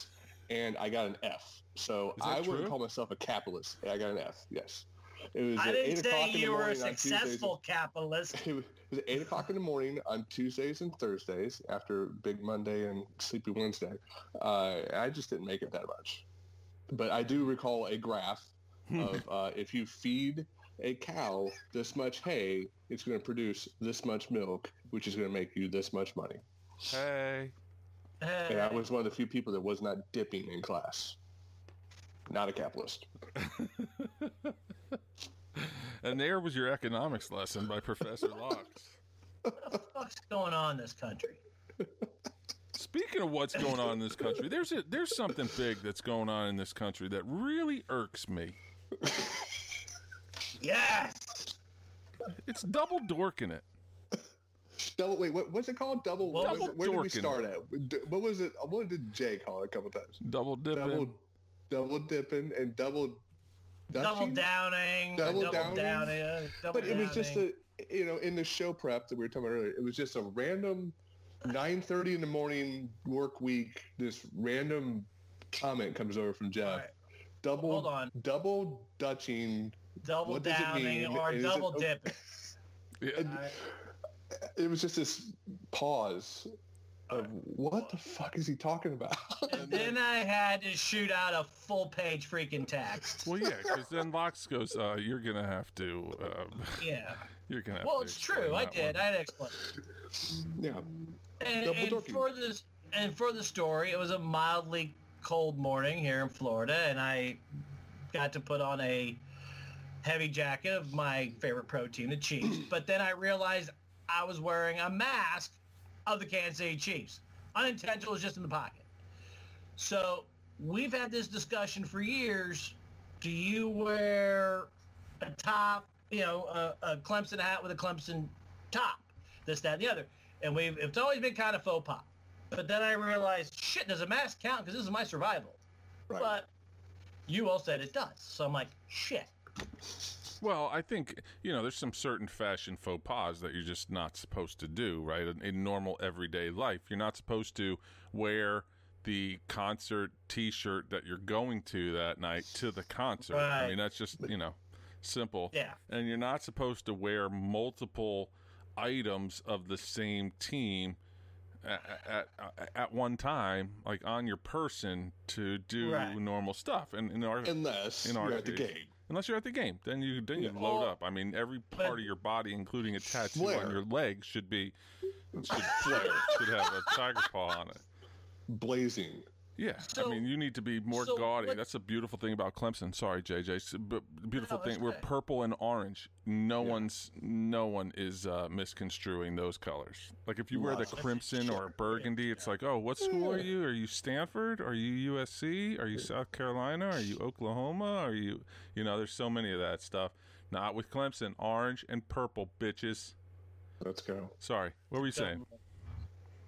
E: and I got an F. So
A: Is that
E: I wouldn't
A: true?
E: call myself a capitalist. I got an F. Yes. It was
D: I
E: at
D: didn't
E: 8 o'clock
D: say
E: in the
D: you were a
E: morning on Tuesdays and-
D: successful
E: [LAUGHS]
D: capitalist.
E: It was it was eight o'clock in the morning on Tuesdays and Thursdays after Big Monday and Sleepy Wednesday. Uh, I just didn't make it that much, but I do recall a graph of uh, if you feed a cow this much hay, it's going to produce this much milk, which is going to make you this much money.
A: Hey.
E: And I was one of the few people that was not dipping in class. Not a capitalist.
A: And there was your economics lesson by Professor Locke.
D: What the fuck's going on in this country?
A: Speaking of what's going on in this country, there's a, there's something big that's going on in this country that really irks me.
D: Yes.
A: It's double dorking it.
E: Double. Wait, what, what's it called? Double.
D: Double
E: what was it- where did
A: dorking.
E: we start at? D- What was it? What did Jay call it a couple times?
A: Double dipping.
E: double double dipping and double
D: Double
E: dutching?
D: downing.
E: Double
D: Double, double
E: downing.
D: downing. double
E: But it was just
D: downing.
E: a you know in the show prep that we were talking about earlier. It was just a random 9:30 in the morning work week. This random comment comes over from Jeff.
D: All right,
E: Double
D: hold on.
E: double dutching.
D: double
E: What does it
D: downing
E: mean?
D: or
E: Is it-
D: double
E: [LAUGHS]
D: dipping.
A: Yeah.
E: And
D: All right.
E: it was just this pause of what the fuck is he talking about? [LAUGHS]
D: And then I had to shoot out a full page freaking text.
A: Well, yeah, because then Locke goes, uh, "You're gonna have to, um, [LAUGHS]
D: Yeah.
A: you're gonna." Have
D: Well,
A: to
D: it's
A: explain
D: true. I
A: that
D: did.
A: one.
D: I had to explain.
E: yeah.
D: And,
E: Double
D: and
E: dorking.
D: for this, and for the story, it was a mildly cold morning here in Florida, and I got to put on a heavy jacket of my favorite protein, the Chiefs. but then I realized I was wearing a mask of the Kansas City Chiefs. Unintentional is just in the pocket. So we've had this discussion for years. Do you wear a top, you know, a, a Clemson hat with a Clemson top, this, that, and the other? And we've it's always been kind of faux pas. But then I realized, shit, does a mask count? Because this is my survival.
E: Right.
D: But you all said it does. So I'm like, shit.
A: Well, I think you know, there's some certain fashion faux pas that you're just not supposed to do, right? In, in normal everyday life, you're not supposed to wear the concert T-shirt that you're going to that night to the concert. I
D: Right.
A: mean, that's just you know, simple.
D: Yeah.
A: and you're not supposed to wear multiple items of the same team at, at, at- at one time, like on your person to do
D: Right.
A: normal stuff. And in our,
E: Unless
A: In our
E: you're at the
A: case.
E: game.
A: unless you're at the game, then you then you
E: Yeah.
A: load
D: Well,
A: up. I mean, every part
D: but-
A: of your body, including a tattoo
E: Flare.
A: on your leg, should be should flare, should have a tiger paw on it.
E: Blazing.
A: Yeah, I
D: So-
A: mean, you need to be more
D: so
A: gaudy.
D: what-
A: That's a beautiful thing about Clemson. Sorry, JJ. It's a b- beautiful
D: No,
A: thing.
D: it's
A: We're
D: okay.
A: purple and orange. No
E: Yeah.
A: one's no one is uh, misconstruing those colors. Like if you wear the
E: Lots of
A: crimson or burgundy, it's like, oh, what school are you? Are you Stanford? Are you USC? Are you South Carolina? Are you Oklahoma? Are you you know? There's so many of that stuff. Not with Clemson. Orange and purple, bitches.
E: Let's go.
A: Sorry, what were you saying?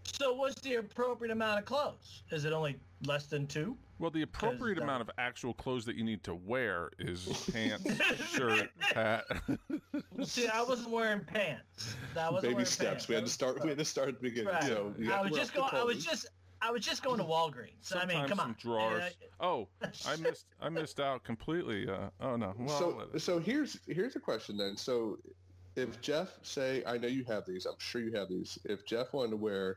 D: So what's the appropriate amount of clothes? Is it only less than two?
A: Well, the appropriate
D: that-
A: amount of actual clothes that you need to wear
E: [LAUGHS]
A: is pants, shirt, hat. [LAUGHS]
D: See, I wasn't wearing pants. I wasn't
E: baby
D: wearing
E: steps.
D: pants.
E: We had to start. We had to start at the beginning.
D: Right.
E: So you
D: I
E: have
D: was
E: to
D: just
E: wear
D: going. I was
E: clothes.
D: just. I was just going to Walgreens.
A: Sometimes
D: I mean, come
A: some
D: on.
A: drawers.
D: And
A: Oh, [LAUGHS] I missed. I missed out completely. Uh, oh no. Well, I'll let
E: so
A: it-
E: so here's here's a question then. So if Jeff say, I know you have these. I'm sure you have these. If Jeff wanted to wear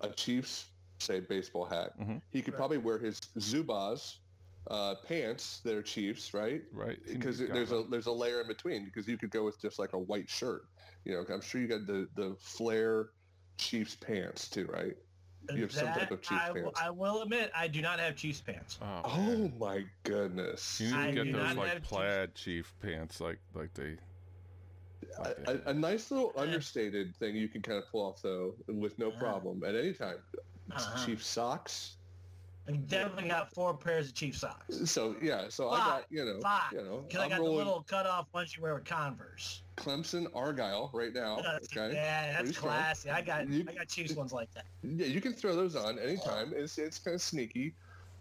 E: a Chiefs say baseball hat.
A: Mhm.
E: He could
D: Right.
E: probably wear his Zubaz uh, pants that are Chiefs, right?
A: right?
E: Because there's a there's a layer in between. Because you could go with just like a white shirt. You know, I'm sure you got the the flare Chiefs pants too, right? You have some type of Chiefs
D: I, w-
E: pants.
D: I will admit, I do not have Chiefs pants.
A: Oh, man.
E: Oh my goodness!
A: you
D: I
A: need to
D: do
A: get those
D: not have
A: like
D: Chiefs-
A: plaid chief pants, like like they.
E: a,
A: like they
E: a, a
D: [LAUGHS]
E: nice little
D: Uh.
E: understated thing you can kind of pull off though with no
D: Uh.
E: problem at any time.
D: Uh-huh.
E: Chief socks.
D: I definitely got four pairs of Chiefs socks.
E: So yeah, so I got you know
D: Five.
E: you know
D: Because I
E: I'm
D: got
E: rolling
D: the little cutoff ones you wear with Converse.
E: Clemson Argyle right now. Oh, Okay, yeah.
D: Yeah,
E: Pretty
D: that's
E: strong.
D: classy. I got
E: You-
D: I got Chiefs ones like that.
E: you can throw those on
D: Oh.
E: anytime. It's it's kind of sneaky,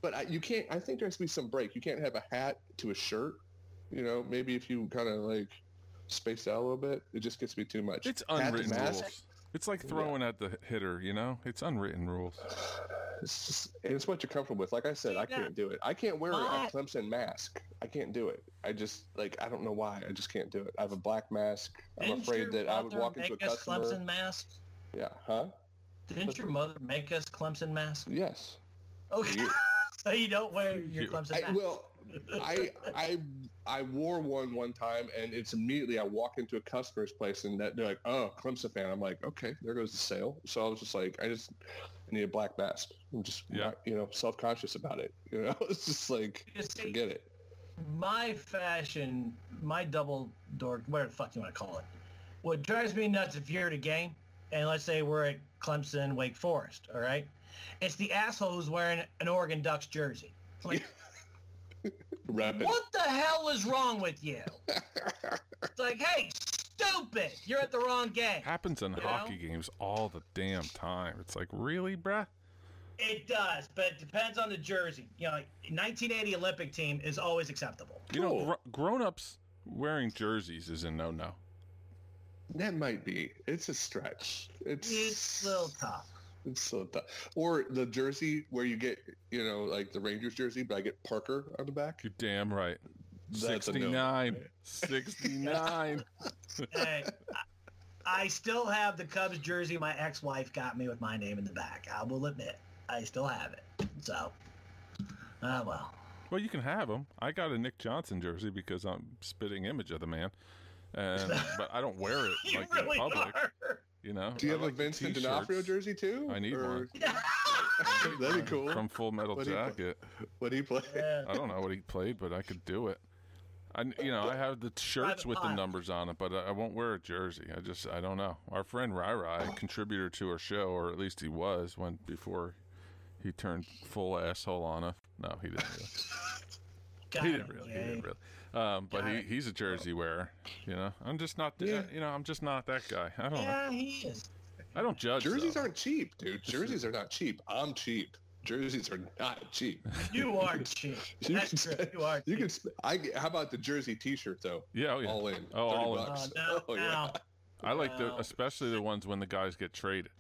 E: but I, you can't. I think there has to be some break. You can't have a hat to a shirt. You know, maybe if you kind of like space out a little bit, it just gets to be too much.
A: It's
E: Hat to
A: unwritten
E: mask,
A: rules. It's like throwing at the hitter, you know. It's unwritten rules.
E: It's, just, it's what you're comfortable with. Like I said, I
D: Yeah.
E: can't do it. I can't wear a
D: But-
E: Clemson mask. I can't do it. I just like I don't know why. I just can't do it. I have a black mask. I'm
D: Didn't
E: afraid
D: your
E: that I would
D: mother
E: walk into a
D: make us
E: customer.
D: Clemson masks?
E: Yeah, huh?
D: Didn't your mother make us Clemson masks?
E: Yes.
D: [LAUGHS] Okay,
E: You-
D: so you don't
E: [LAUGHS]
D: wear your
A: You-
D: Clemson
E: I,
D: mask.
E: well,
D: [LAUGHS]
E: I I I wore one one time, and it's immediately I walk into a customer's place, and that they're like, "Oh, Clemson fan." I'm like, "Okay, there goes the sale." So I was just like, I just I need a black mask. I'm just
A: Yeah.
E: not, you know self conscious about it. You know, [LAUGHS] it's just like
D: You see,
E: forget it.
D: my fashion, my double door, whatever the fuck you want to call it, what drives me nuts if you're at a game, and let's say we're at Clemson, Wake Forest, all right? It's the asshole who's wearing an Oregon Ducks jersey. It's Like,
E: Wrap it.
D: what the hell is wrong
A: [LAUGHS]
D: with you? It's like, hey, stupid, you're at the wrong game.
A: Happens in
D: You
A: hockey
D: know?
A: games all the damn time. It's like really, bruh.
D: It does, but it depends on the jersey. You know, like, 1980 Olympic team is always acceptable.
A: You know,
E: Cool.
A: gr- grown-ups wearing jerseys is a no-no.
E: That might be. It's a stretch. It's
D: It's a little
A: [LAUGHS]
D: tough.
E: It's so tough. Or the jersey where you get, you know, like the Rangers jersey, but I get Parker on the back.
A: You're damn right.
E: That's a no.
A: 69.
E: [LAUGHS]
A: 69.
D: Hey, I- I still have the Cubs jersey my ex-wife got me with my name in the back. I will admit, I still have it. So, ah well. [LAUGHS]
A: Well, you can have them. I got a Nick Johnson jersey because I'm spitting image of the man,
E: [LAUGHS]
A: and but I don't wear it
D: You
A: like
D: really
A: in public.
D: are. [LAUGHS]
A: You know.
E: Do you
A: I
E: have a
A: like the
E: Vincent
A: t-shirts
E: D'Onofrio jersey too?
A: I need one.
E: [LAUGHS]
A: [LAUGHS]
E: That'd be cool.
A: from Full Metal
E: What do you-
A: Jacket.
E: What do
A: [LAUGHS]
E: you play?
D: Yeah.
A: I don't know what he played, but I could do it. I, you know, I have
D: [LAUGHS]
A: the shirts with the
D: pile.
A: numbers on it, but I I won't wear a jersey. I just, I don't know. Our friend Rai
D: [LAUGHS]
A: Rai, contributor to our show, or at least he was when before he turned full asshole on us. No, he didn't.
D: [LAUGHS]
A: Really. [LAUGHS]
D: Got
A: he
D: it,
A: didn't really. He
D: yay.
A: didn't really. Um, but
D: Got
A: he,
D: it.
A: he's a jersey wearer. You know, I'm just not.
E: Yeah.
A: You know, I'm just not that guy. I don't. know.
D: Yeah, he is.
A: I don't judge.
E: Jerseys
A: though.
E: aren't cheap, dude. Jerseys are not cheap. I'm cheap. Jerseys are not cheap.
D: You are cheap.
E: You
D: That's
E: can
D: true.
E: spend-
D: You are.
E: You
D: cheap.
E: can. Sp- I get- how about the jersey T-shirt though?
A: Yeah, oh, yeah.
E: All in.
A: Oh,
E: 30
A: all in.
E: bucks.
D: Oh, no,
E: [LAUGHS] Oh, yeah.
D: no.
A: I like the,
D: Wow.
A: especially the ones when the guys get traded.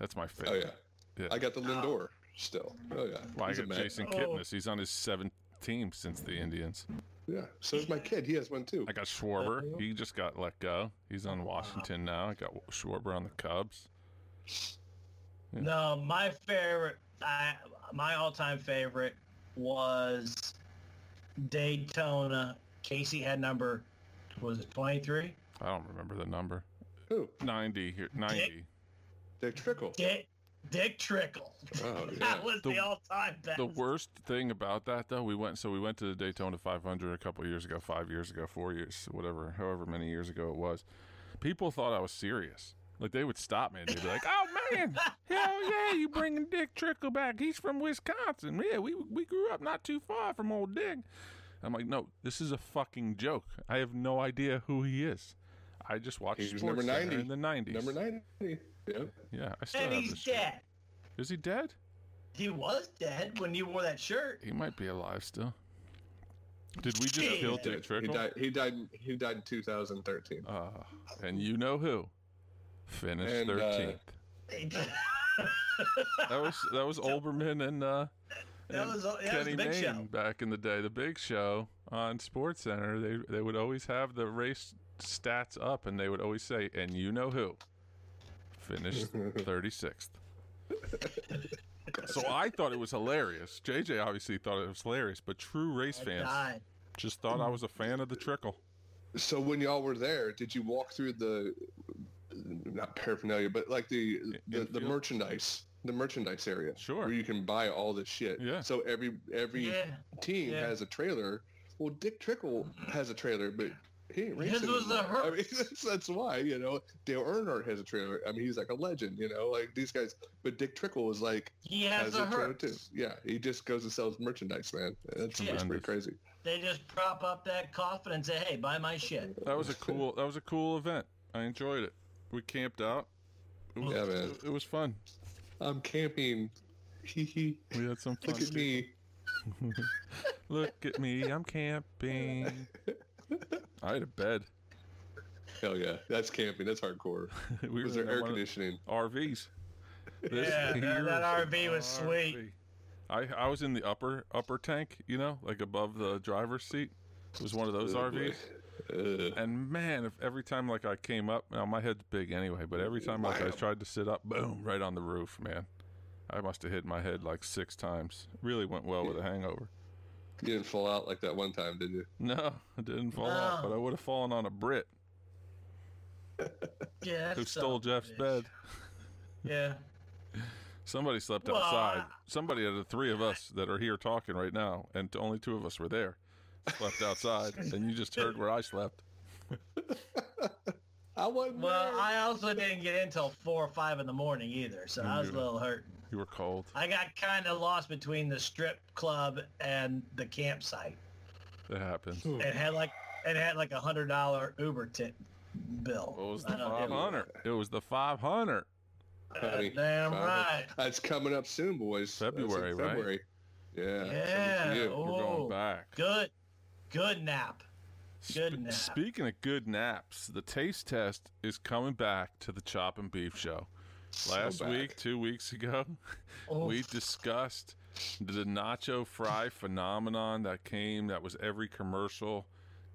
A: That's my
E: Oh
A: favorite.
E: yeah.
A: Yeah.
E: I got the Lindor still. Oh yeah.
A: Well, I
E: He's a
A: got
E: man.
A: Jason
D: Oh.
A: Kipnis. He's on his seventh team since the Indians.
E: Yeah. So is my kid. He has one too.
A: I got Schwarber.
D: Uh-oh.
A: He just got let go. He's on Washington now. I got Schwarber on the Cubs.
D: No, my favorite, I, my all-time favorite was Daytona. Casey had number, was it 23?
A: I don't remember the number.
E: Who?
A: 90 here. 90.
E: Dick Trickle.
D: Dick, Dick Trickle. [LAUGHS]
E: Oh yeah.
D: That was
A: The-
D: the, all-time best.
A: The worst thing about that though, we went so we went to the Daytona 500 a couple years ago, 5 years ago, 4 years, whatever, however many years ago it was. People thought I was serious. Like they would stop me and they'd be like, "Oh man, hell yeah, you bringing Dick Trickle back? He's from Wisconsin. Yeah, we we grew up not too far from old Dick." I'm like, "No, this is a fucking joke. I have no idea who he is. I just watched
E: He was
A: Sports
E: number 90.
A: in the 90s.
E: Number ninety. Yep.
A: Yeah, I still
D: and
A: have
D: he's
A: this shirt.
D: dead.
A: Is he dead?
D: He was dead when you wore that shirt.
A: [LAUGHS] He might be alive still. Did we just
D: He
A: kill
D: died.
A: Dick
E: He
A: Trickle?
E: died. He died. He died in 2013.
A: Uh, and you know who? Finished
E: And, uh,
A: thirteenth. that was that
D: [LAUGHS]
A: was Olbermann and uh,
D: that
A: and
D: was that was
A: Kenny
D: the big
A: Mayne
D: show.
A: back in the day. The Big Show on Sports Center. They they would always have the race
D: [LAUGHS]
A: stats up, and they would always say, "And you know who?" Finished thirty sixth. So I thought it was hilarious. JJ obviously thought it was hilarious, but true race
D: I
A: fans
D: died.
A: just thought I was a fan of the trickle.
E: So when y'all were there, did you walk through the not paraphernalia, but like the the, the
A: Infield?
E: merchandise, the merchandise area,
A: Sure.
E: where you can buy all this shit.
A: Yeah.
E: So every every
D: Yeah.
E: team
D: yeah.
E: has a trailer. Well, Dick Trickle has a trailer, but he ain't
D: His
E: racing.
D: was the
E: anymore. I mean, [LAUGHS]
D: Hertz.
E: that's, that's why you know Dale Earnhardt has a trailer. I mean, he's like a legend. You know, like these guys. But Dick Trickle is like
D: He has
E: has
D: the
E: a trailer
D: hurt.
E: too. Yeah, he just goes and sells merchandise, man. That's,
D: Yeah.
E: that's pretty
A: Tremendous.
E: crazy.
D: They just prop up that coffin and say, "Hey, buy my shit."
A: That was a cool. That was a cool event. I enjoyed it. We camped out. It was,
D: uh,
E: Yeah, man.
A: It was fun.
E: I'm camping. [LAUGHS] Hee hee.
A: We had some fun.
E: Look at me.
A: Look at me. I'm camping. I had a
E: [LAUGHS]
A: bed.
E: Hell yeah, that's camping. That's hardcore.
A: we
E: Was
A: were
E: there
A: in
E: air
A: one of the
E: conditioning?
A: RVs. This
D: Yeah, that-
A: here is
D: that
A: an
D: RV was sweet.
A: RV. I I was in the upper upper tank, you know, like above the driver's seat. It was one of those RVs.
E: [LAUGHS] Uh,
A: And man, if every time like I came up, now my head's big anyway, but every time like I
E: Wow.
A: tried to sit up, boom, right on the roof, man. I must have hit my head like six times. Really went well with a hangover.
E: you didn't fall out like that one time, did you?
A: No, I didn't fall out,
D: No.
A: but I would have fallen on a Brit
D: Yeah.
A: who
D: that's
A: stole
D: some
A: Jeff's
D: bitch.
A: bed.
D: Yeah.
A: Somebody slept
D: Well,
A: outside.
D: I-
A: Somebody out of the three of us that are here talking right now, and t- only two of us were there, slept outside, and you just heard where I slept.
E: I wasn't.
D: Well,
E: there.
D: I also didn't get in till four or five in the morning either, so I was a
A: Yeah.
D: little hurt.
A: You were cold.
D: I got kind of lost between the strip club and the campsite.
A: It happens.
E: Ooh.
D: It had like it had like a hundred dollar Uber tip bill.
A: It was the
D: I don't
A: five
D: give a-
A: hundred. It was the five hundred.
E: Honey,
D: Damn
E: honey.
D: right.
E: That's coming up soon, boys. That's in
A: February, right?
E: February. Yeah.
D: Yeah.
E: something for you.
A: We're
D: Oh,
A: going back.
D: Good, good nap. Good
A: Sp-
D: nap.
A: Speaking of good naps, the taste test is coming back to the Chop and Beef Show.
E: So
A: Last
E: back.
A: week, two weeks ago,
D: Oh,
A: we discussed the nacho fry phenomenon that came, that was every commercial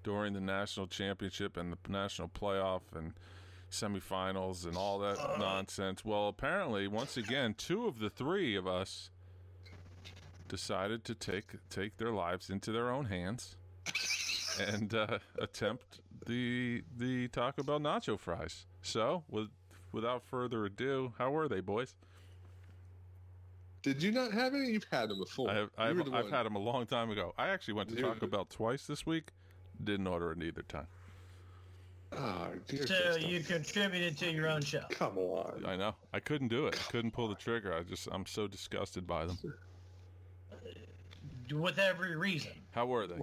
A: during the national championship and the national playoff and semifinals and all that nonsense. Well, apparently, once again, two of the three of us decided to take take their lives into their own hands and uh, attempt the the Taco Bell nacho fries. So, with without further ado, how were they, boys?
E: Did you not have any? You've had them before.
A: I have,
E: You
A: I've,
E: were the
A: I've
E: one.
A: had them a long time ago. I actually went to
E: You-
A: Taco Bell twice this week. Didn't order it either time.
E: Oh, dear.
D: so
E: Christ.
D: you contributed to your own show.
E: Come on.
A: I know. I couldn't do it. I couldn't pull the trigger. I just, I'm so disgusted by them.
D: with every reason.
A: How were they?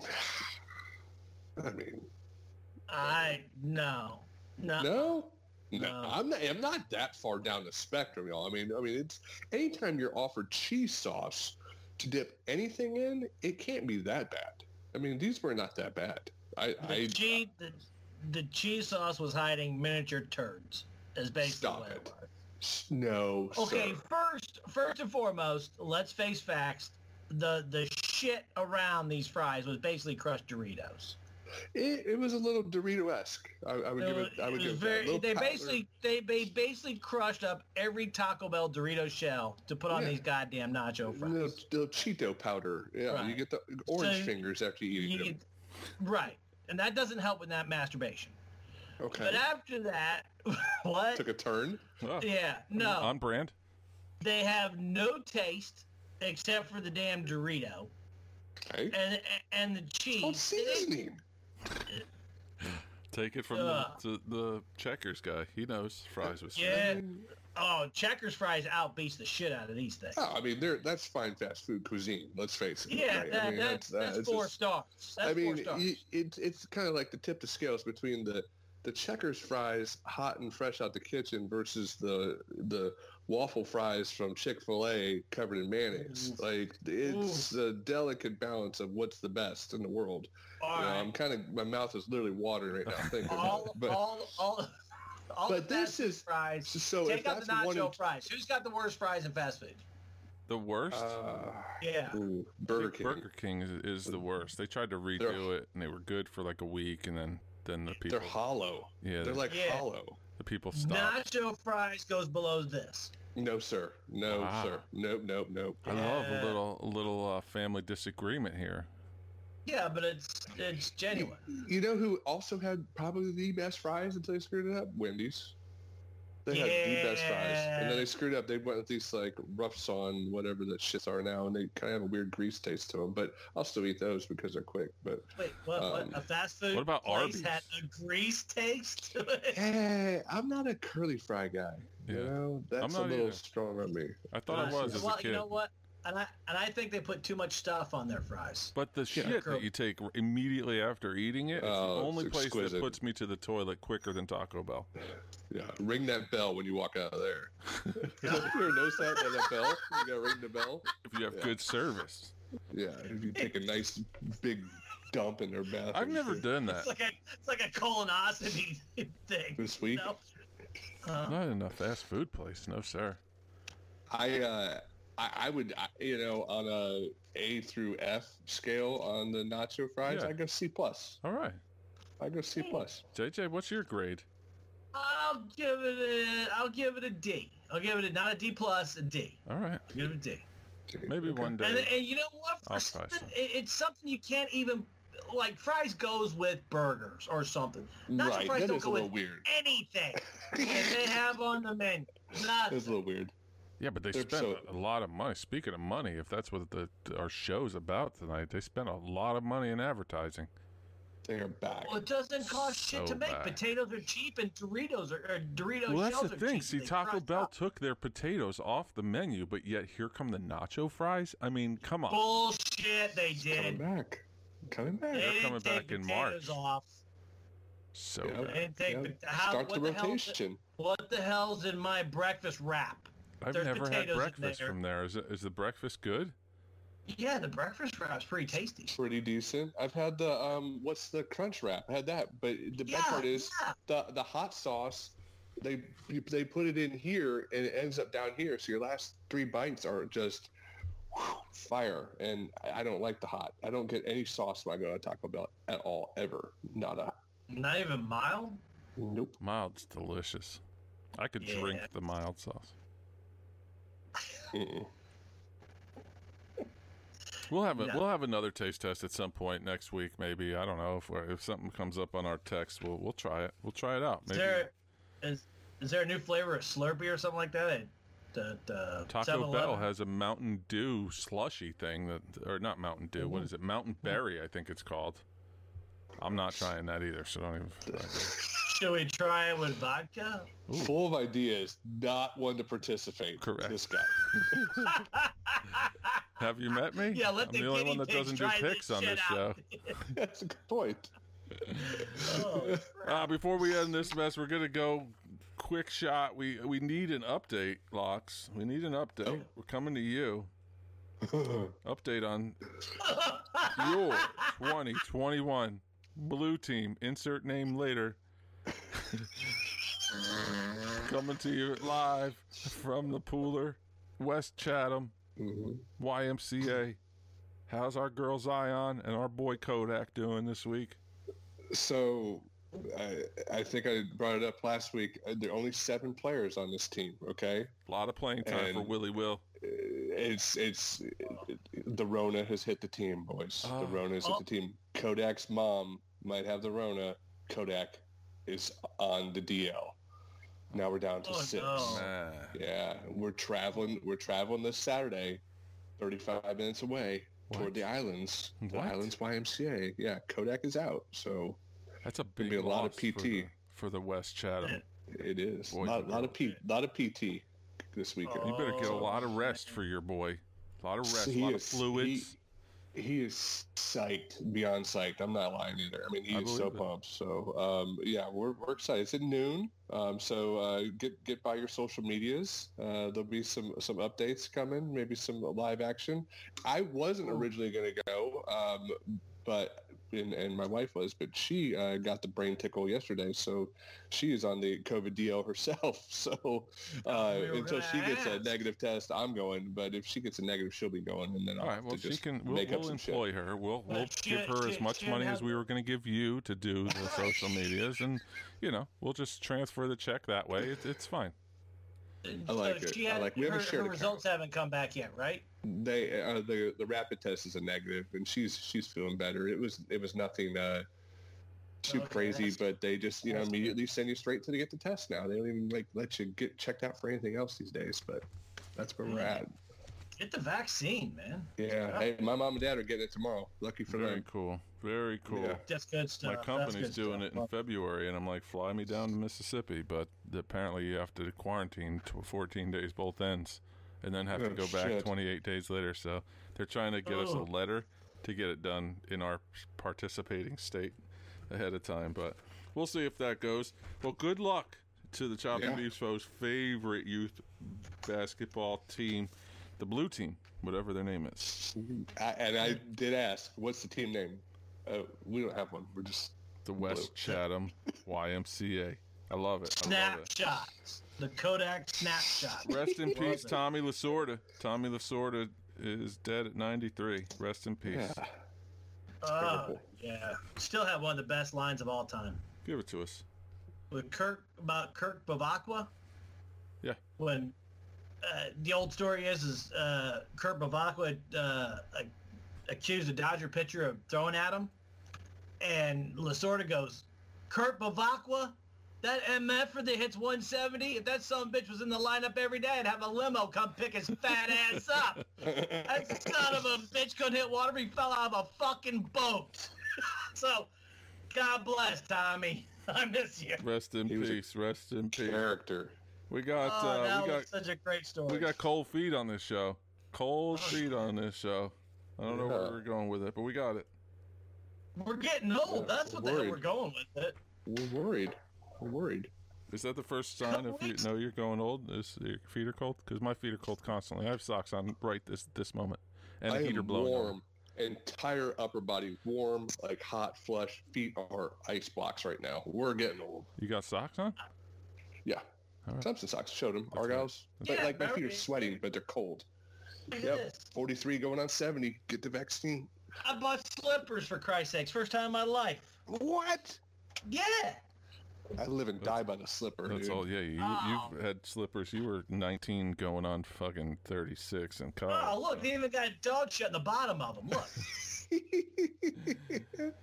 E: I mean,
D: I no, no.
E: no. No,
D: Uh-uh. No.
E: I'm not. I'm not that far down the spectrum, y'all. I mean, I mean, it's anytime you're offered cheese sauce to dip anything in, it can't be that bad. I mean, these were not that bad. I,
D: The,
E: I
D: cheese, the, the cheese sauce was hiding miniature turds. Is basically
E: Stop
D: what
E: it.
D: was.
E: no.
D: Okay,
E: sir.
D: first, first and foremost, let's face facts. The the shit around these fries was basically crushed Doritos.
E: It, it was a little Dorito-esque. I, I would
D: It
E: give it.
D: was-
E: I would
D: it was
E: give it that.
D: Uh, very-
E: Little
D: they
E: powder.
D: basically they, they basically crushed up every Taco Bell Dorito shell to put on
E: Yeah.
D: these goddamn nacho fries.
E: Little, little Cheeto powder. Yeah,
D: Right.
E: you get the orange
D: So,
E: fingers after you eat
D: You
E: them.
D: get- right, and that doesn't help with that masturbation.
E: Okay,
D: But after that, [LAUGHS] what?
E: took a turn.
A: Oh,
D: Yeah, no.
A: On brand.
D: They have no taste except for the damn Dorito
E: Okay,
D: and and the cheese.
E: on seasoning.
A: Take it from
D: Ugh.
A: the, to the checkers guy. He knows fries with shit.
D: Yeah. Oh, Checkers fries outbeats the shit out of these things.
E: Oh, I mean, they're, that's fine fast food cuisine. Let's face it.
D: yeah,
E: right?
D: that,
E: I mean,
D: that's, that's,
E: that- it's
D: four
E: just-
D: stars. That's
E: I mean,
D: four stars.
E: you- it's it's kind of like the tip the scales between the the checkers fries, hot and fresh out the kitchen, versus the the waffle fries from Chick Fil A covered in mayonnaise.
D: Oof.
E: Like it's a delicate balance of what's the best in the world.
D: all
E: You know,
D: right.
E: I'm kind of my mouth is literally watering right now thinking about
D: all,
E: it. [LAUGHS] But
D: all, all, all
E: but
D: the fast
E: this is
D: fries.
E: so if
D: Take out
E: that's
D: the nacho
E: one in,
D: fries. Who's got the worst fries in fast food?
A: The worst?
E: uh,
D: Yeah.
A: I
E: ooh,
A: think
E: Burger King.
A: Burger King is, is the worst. They tried to redo it and they were good for like a week and then then the people
E: They're hollow.
A: Yeah,
E: They're like
D: Yeah.
E: hollow.
A: the people stopped.
D: Nacho fries goes below this.
E: No, sir. No,
A: Wow.
E: sir. Nope, nope, nope.
A: I love a
D: Yeah.
A: little a little uh, family disagreement here.
D: Yeah, but it's it's genuine.
E: You know who also had probably the best fries until they screwed it up? Wendy's. They had the best fries, and then
D: Yeah.
E: they screwed up. They went with these like roughs on whatever that shits are now, and they kind of have a weird grease taste to them. But I'll still eat those because they're quick. But
D: Wait, what?
E: Um,
D: what a fast food
A: what about
D: place
A: Arby's?
D: had a grease taste to it.
E: hey, I'm not a curly fry guy. You
A: Yeah.
E: know, that's a
A: not
E: little
A: either.
E: strong on me.
A: I thought I
E: Uh,
A: was as
D: well,
A: a kid.
D: you know what? And I and I think they put too much stuff on their fries.
A: But the
E: Yeah.
A: shit that you take r- immediately after eating it is
E: Oh,
A: the
E: it's
A: only place that
E: exquisite.
A: puts me to the toilet quicker than Taco Bell.
E: Yeah, ring that bell when you walk out
A: [LAUGHS]
E: of there. [LAUGHS] Everyone knows that by that bell. You gotta ring the bell.
A: If you have
E: Yeah.
A: good [LAUGHS] service,
E: Yeah, if you take a nice big dump in their bathroom.
A: I've never done that.
D: It's like a it's like a colonoscopy [LAUGHS] thing.
E: This week,
D: No. Uh,
A: Not in a fast food place, no sir.
E: I, uh, I I would I, you know on a A through F scale on the nacho fries,
A: Yeah.
E: I go C plus.
A: All right,
E: I go C plus.
A: JJ, what's your grade?
D: I'll give it a I'll give it a D. I'll give it a, not a D plus a D.
A: All right,
D: I'll give it a D.
A: maybe
E: Okay.
A: one
D: And,
A: day.
D: and you know what? For
A: I'll try
D: something,
A: some.
D: it, it's something you can't even like. Fries goes with burgers or something. Nacho
E: right,
D: fries
E: that
D: don't
E: is a
D: go
E: little
D: with
E: weird.
D: Anything that [LAUGHS] they have on the menu. Nothing.
E: That's a little weird.
A: Yeah, but they
E: They're
A: spent
E: so-
A: a lot of money. Speaking of money, if that's what the, our show's about tonight, they spent a lot of money in advertising.
E: They are back.
D: Well, it doesn't cost shit
A: So
D: to make.
A: bad.
D: Potatoes are cheap, and Doritos are or Dorito
A: well, that's
D: shells
A: the
D: are
A: thing.
D: cheap.
A: See,
D: They
A: Taco
D: fry
A: Bell
D: up.
A: took their potatoes off the menu, but yet here come the nacho fries. I mean, come on.
D: Bullshit, they did.
E: Coming back. Coming back.
D: They
A: They're
D: didn't
A: coming
D: take
A: back in
D: potatoes
A: March.
D: off.
A: So
E: Yeah.
A: bad.
D: They didn't take.
E: Yeah.
D: pot- How,
E: Start
D: what
E: the
D: the hell's-
E: rotation.
D: What the hell's in my breakfast wrap?
A: I've
D: There's
A: never had
D: potatoes in
A: breakfast
D: there.
A: from there. Is, it, is the breakfast good?
D: Yeah, the breakfast wrap's pretty tasty.
E: Pretty decent. I've had the um, what's the crunch wrap? I had that, but the
D: Yeah,
E: best part is
D: yeah.
E: the the hot sauce. They they put it in here and it ends up down here. So your last three bites are just whew, fire. And I I don't like the hot. I don't get any sauce when I go to Taco Bell at all ever. Nada.
D: Not even mild.
E: Nope.
A: Mild's delicious. I could
D: Yeah.
A: drink the mild sauce.
E: Mm-mm.
A: We'll have a,
D: No.
A: we'll have another taste test at some point next week, maybe. I don't know if we're, if something comes up on our text, we'll we'll try it. We'll try it out.
D: Is
A: Maybe
D: there is is there a new flavor of Slurpee or something like that? at The, the
A: Taco
D: 7-Eleven?
A: Bell has a Mountain Dew slushy thing that, or not Mountain Dew.
D: Mm-hmm.
A: what is it? Mountain Berry, I think it's called. I'm not trying that either, so don't even.
D: [LAUGHS]
A: try it.
D: Should we try it
A: [LAUGHS]
D: with vodka? [LAUGHS]
A: Ooh.
E: Full of ideas. Not one to participate.
A: Correct.
E: This guy. [LAUGHS]
A: Have you met me?
D: yeah, let
A: I'm
D: the
A: the only
D: guinea
A: one that
D: pigs
A: doesn't do
D: try
A: picks
D: this
A: on
D: shit
A: this show.
D: out.
E: That's a
A: [LAUGHS]
E: good point.
D: Oh, crap.
A: Uh, before we end this mess, we're gonna go quick shot. We we need an update, Locks. We need an update.
E: Oh.
A: We're coming to you.
E: Mm-hmm.
A: Update on
D: [LAUGHS]
A: your 2021 blue team. Insert name later. [LAUGHS] coming to you live from the pooler, West Chatham,
E: Mhm.
A: YMCA. How's our girl Zion and our boy Kodak doing this week?
E: So I, I think I brought it up last week. Uh, There are only seven players on this team. Okay,
A: A lot of playing time for
E: And-
A: Willie Will.
E: Uh, it's it's the Rona has hit the team, boys.
A: Oh.
E: The Rona has
D: Oh.
E: hit the team. Kodak's mom might have the Rona. Kodak is on the DL. Now we're down to
D: Oh,
E: six.
D: no.
A: Man.
E: Yeah, we're traveling. We're traveling this Saturday, thirty-five minutes away
A: What?
E: toward the islands. The
A: What?
E: islands YMCA. Yeah, Kodak is out, so
A: That's a big
E: Gonna be a lot
A: loss
E: of
A: for
E: PT.
A: the, for the West Chatham.
E: it is a
A: Boys
E: lot,
A: and
E: lot of P, lot of PT this weekend.
A: You better get a
D: Oh,
A: lot of rest for your boy. A lot of rest, a
E: He
A: lot of
E: is- he-
A: fluids.
E: he is psyched beyond psyched. I'm not lying either. I mean,
A: I
E: he's so
A: believe it.
E: pumped. So um, yeah, we're, we're excited. It's at noon. Um, so uh, get get by your social medias. Uh, there'll be some some updates coming. Maybe some live action. I wasn't originally going to go, um, but and, and my wife was, but she uh, got the brain tickle yesterday, so she is on the COVID DL herself. [LAUGHS]
A: Oh,
E: So uh,
D: We were
E: until she
D: gonna
E: gets a
D: ask.
E: negative test, I'm going. But if she gets a negative, she'll be going, and then
A: All
E: I'll
A: right.
E: have
A: Well,
E: to
A: she
E: just
A: can. We'll,
E: make up
A: we'll
E: some shit.
A: employ her. We'll we'll
D: But she-
A: give her as
D: she-
A: much
D: she
A: money as
D: has-
A: we were going to give you to do the social medias, and you know, we'll just transfer the check that way. It, it's fine.
E: I like it. I like- we haven't
D: her,
E: shared
D: her
E: a
D: results haven't come back yet, right?
E: They uh, the the rapid test is a negative, and she's she's feeling better. It was it was nothing uh, too
D: Okay,
E: crazy,
D: that's-
E: but they just you know
D: that's good.
E: immediately send you straight to get the test now. They don't even like let you get checked out for anything else these days. But that's where we're
D: Mm.
E: at.
D: Get the vaccine, man.
E: Yeah. Hey, my mom and dad are getting it tomorrow. Lucky for
A: Very
E: them.
A: cool. Very cool.
E: Yeah.
D: That's good stuff.
A: My
D: That's
A: company's
D: good
A: doing
D: stuff.
A: it in February, and I'm like, fly me down to Mississippi. But apparently, you have to quarantine tw 14 days both ends, and then have to
E: Oh,
A: go back
E: shit.
A: 28 days later. So they're trying to get us a
D: Oh.
A: letter to get it done in our participating state ahead of time. But we'll see if that goes. Well, good luck to the Chopping
E: Yeah.
A: Beef's foes' favorite youth basketball team, the Blue Team, whatever their name is.
E: I, and I did ask, what's the team name? Uh, we don't have one. We're just
A: The West Chatham YMCA. I love it. I love it.
D: Snapshots. The Kodak snapshot.
A: Rest in peace,
D: it.
A: Tommy Lasorda. Tommy Lasorda is dead at 93. Rest in peace.
E: yeah.
D: Oh,
E: [LAUGHS] terrible.
D: yeah. Still have one of the best lines of all time.
A: Give it to us.
D: with Kirk about Kirk Bavakwa.
A: Yeah.
D: When uh, the old story is is uh, Kirk Bavakwa uh, ac- accused a Dodger pitcher of throwing at him, and Lasorda goes, "Kirk Bavakwa, that MF for that hits 170. If that son of a bitch was in the lineup every day, I'd have a limo come pick his fat ass up. [LAUGHS]
E: [LAUGHS]
D: That son of a bitch couldn't hit water. He fell out of a fucking boat. [LAUGHS] so, God bless Tommy. [LAUGHS] I miss you.
A: Rest in
E: He was a
A: peace. Rest in peace.
E: Character.
A: We got
D: oh,
A: uh,
D: that
A: we got
D: was Oh. such a great story.
A: we got cold feet on this show. Cold feet on this show. I don't know where
E: Yeah.
A: we're going with it, but we got it.
D: We're getting old.
E: Yeah,
D: That's what the
E: worried.
D: hell we're going with it.
E: We're worried. We're worried.
A: Is that the first sign if you
D: Weeks.
A: know you're going old? Is your feet are cold? Because my feet are cold constantly. I have socks on right this this moment, and
E: I
A: the heater
E: am
A: blowing. on.
E: warm. Entire upper body warm, like hot flush. Feet are ice blocks right now. We're getting old.
A: You got socks on?
E: Yeah.
A: Alright.
E: Substance socks showed them.
A: right.
E: Argyles.
D: That's right.
E: Like- like my feet are
D: Yeah,
E: sweating, but they're cold.
D: Look at
E: Yep.
D: this.
E: 43 going on 70. Get the vaccine.
D: I bought slippers for Christ's sakes. First time in my life.
E: What?
D: Yeah.
E: I live and die by the slipper,
A: That's
E: dude.
A: all. Yeah, you,
D: Oh.
A: you've had slippers. You were 19 going on fucking 36 in college.
D: Oh, look. They even got a dog shit in the bottom of them.
A: [LAUGHS]
D: Look.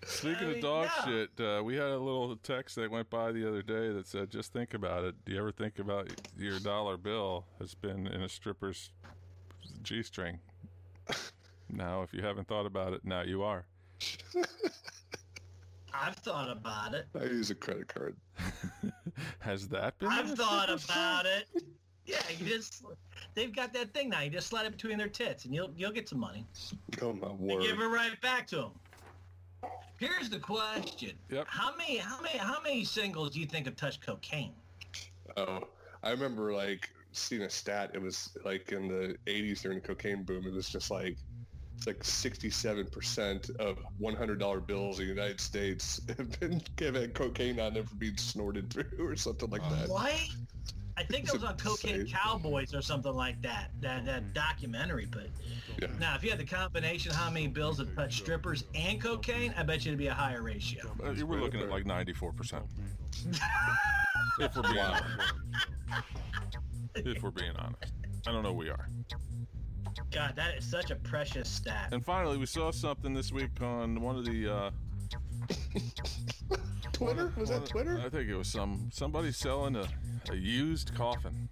A: Speaking
D: I
A: of
D: mean,
A: dog
D: no.
A: shit, uh, we had a little text that went by the other day that said, just think about it. Do you ever think about your dollar bill has been in a stripper's G
D: [LAUGHS]
A: string? now, if you haven't thought about it, now you are. [LAUGHS]
D: I've thought about it.
E: [LAUGHS] I use a credit card.
A: Has that been? in
D: I've
A: a
D: thought
A: stripper's string?
D: about it. Yeah, you just they've got that thing now. You just slide it between their tits, and you'll you'll get some money.
E: Oh my
D: They give
E: word.
D: it right back to them. Here's the question:
A: Yep.
D: How many how many how many singles do you think have touched cocaine?
E: Oh, I remember like seeing a stat. It was like in the 80s during the cocaine boom. It was just like it's like 67% of $100 bills in the United States [LAUGHS] have been given cocaine on them for being snorted through or something like that.
D: What? I think
E: It's
D: it was on Cocaine
E: insane.
D: Cowboys or something like that. That that documentary, but
E: Yeah.
D: now if you had the combination, how many bills have touched strippers and cocaine? I bet you it'd be a higher
A: [LAUGHS]
D: ratio.
A: Uh, you were looking at like 94%. if we're being honest. If we're being honest. I don't know we are.
D: God, that is such a precious stat.
A: And finally, we saw something this week on one of the. Uh,
E: Twitter? Was that
A: I
E: Twitter?
A: think it was some somebody selling a, a used coffin,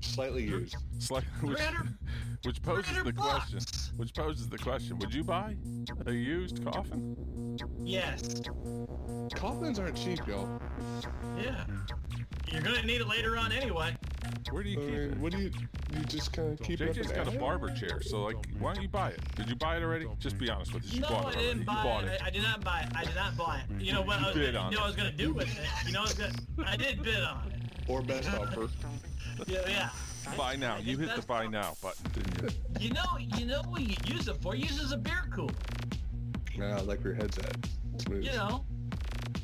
E: Slightly used.
A: It's like- [LAUGHS] which,
D: 300
A: which poses the
D: 300
A: question.
D: bucks.
A: Which poses the question: Would you buy a used coffin?
D: Yes.
E: Coffins aren't cheap, y'all.
D: Yeah. You're gonna need it later on anyway.
A: Where do you
E: I
A: keep it?
E: mean, what do you you just kind of keep it? up
A: JJ's
E: in
A: got a
E: attic?
A: barber chair, so like, why don't you buy it? Did you buy it already? Just be honest with us. You
D: no,
A: bought
D: I
A: it already.
D: didn't
A: You
D: buy
A: bought
D: it.
A: it.
D: I, I did not buy it. I did not buy it. You know what? I was,
A: bid
D: gonna-
A: on
D: you know
A: it.
D: what I was gonna do with it. You know what I was gonna. I did bid on
A: [LAUGHS]
D: it.
E: Or best offer.
D: Yeah. yeah.
A: Buy now. You hit the
D: That's-
A: buy now button,
E: [LAUGHS]
A: didn't you?
D: You know, you know what you use it for? Use it as a beer cooler.
E: Yeah, I like where your head's at. Smooth.
D: You know,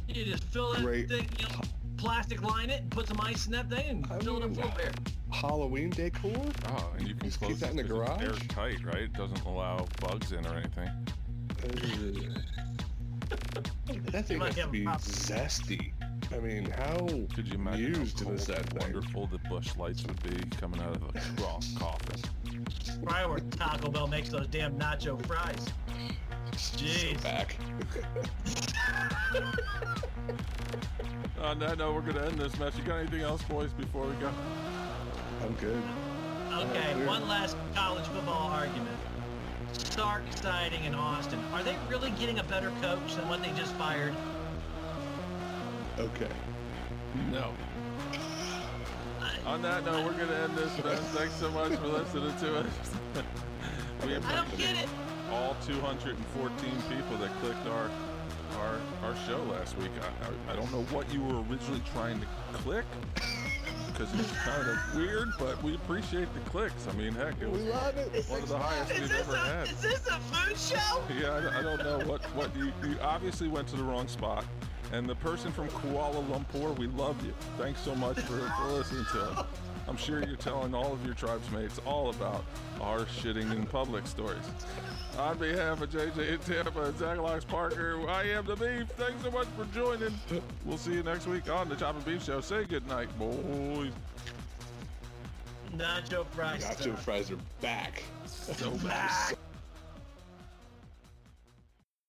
D: you just fill that
E: Great.
D: thing, you know, plastic line it, and put some ice in that thing,
E: I
D: and fill it up
E: mean,
D: full of beer.
E: Halloween decor?
A: Oh, and you can
E: Just keep
A: close
E: that in the
A: it 'cause it's
E: garage?
A: Airtight, right? It doesn't allow bugs in or anything.
E: Uh, that thing
D: might
E: has to
D: have a
E: be
D: problem.
E: zesty. I mean, how
A: Could you imagine how
E: used was
A: cold
E: that
A: and
E: thing?
A: wonderful the bush lights would be coming out of a
D: [LAUGHS]
A: cross coffin?
D: Probably where Taco Bell makes those damn nacho fries. Jeez.
E: back?
A: On that note, Uh, we're gonna end this match. You got anything else, boys, before we go?
E: I'm good.
D: Okay,
E: weird.
D: one last college football argument. Stark siding in Austin. Are they really getting a better coach than what they just fired?
E: Okay.
A: No. On that note, we're gonna end this match. Thanks so much for listening to us. [LAUGHS] we
D: I don't
A: appreciate
D: get it.
A: all 214 people that clicked our our our show last week. I, I, I don't know what you were originally trying to click because it's kind of weird, but we appreciate the clicks. I mean, heck, it was
E: love it.
A: one of the highest
D: Is
A: we've
D: this,
A: ever
D: a,
A: had.
D: is this a food
E: [LAUGHS]
D: show?
A: Yeah, I, I don't know what what you, you obviously went to the wrong spot. And the person from Kuala Lumpur, we love you. Thanks so much for, for listening to us. I'm sure you're telling all of your tribesmates all about our shitting in public stories. On behalf of JJ in Tampa and Zachalox Parker, I am the Beef. Thanks so much for joining. We'll see you next week on the Chop and Beef Show. Say goodnight, boys.
D: Nacho fries.
E: Nacho fries are back.
A: So
D: Back.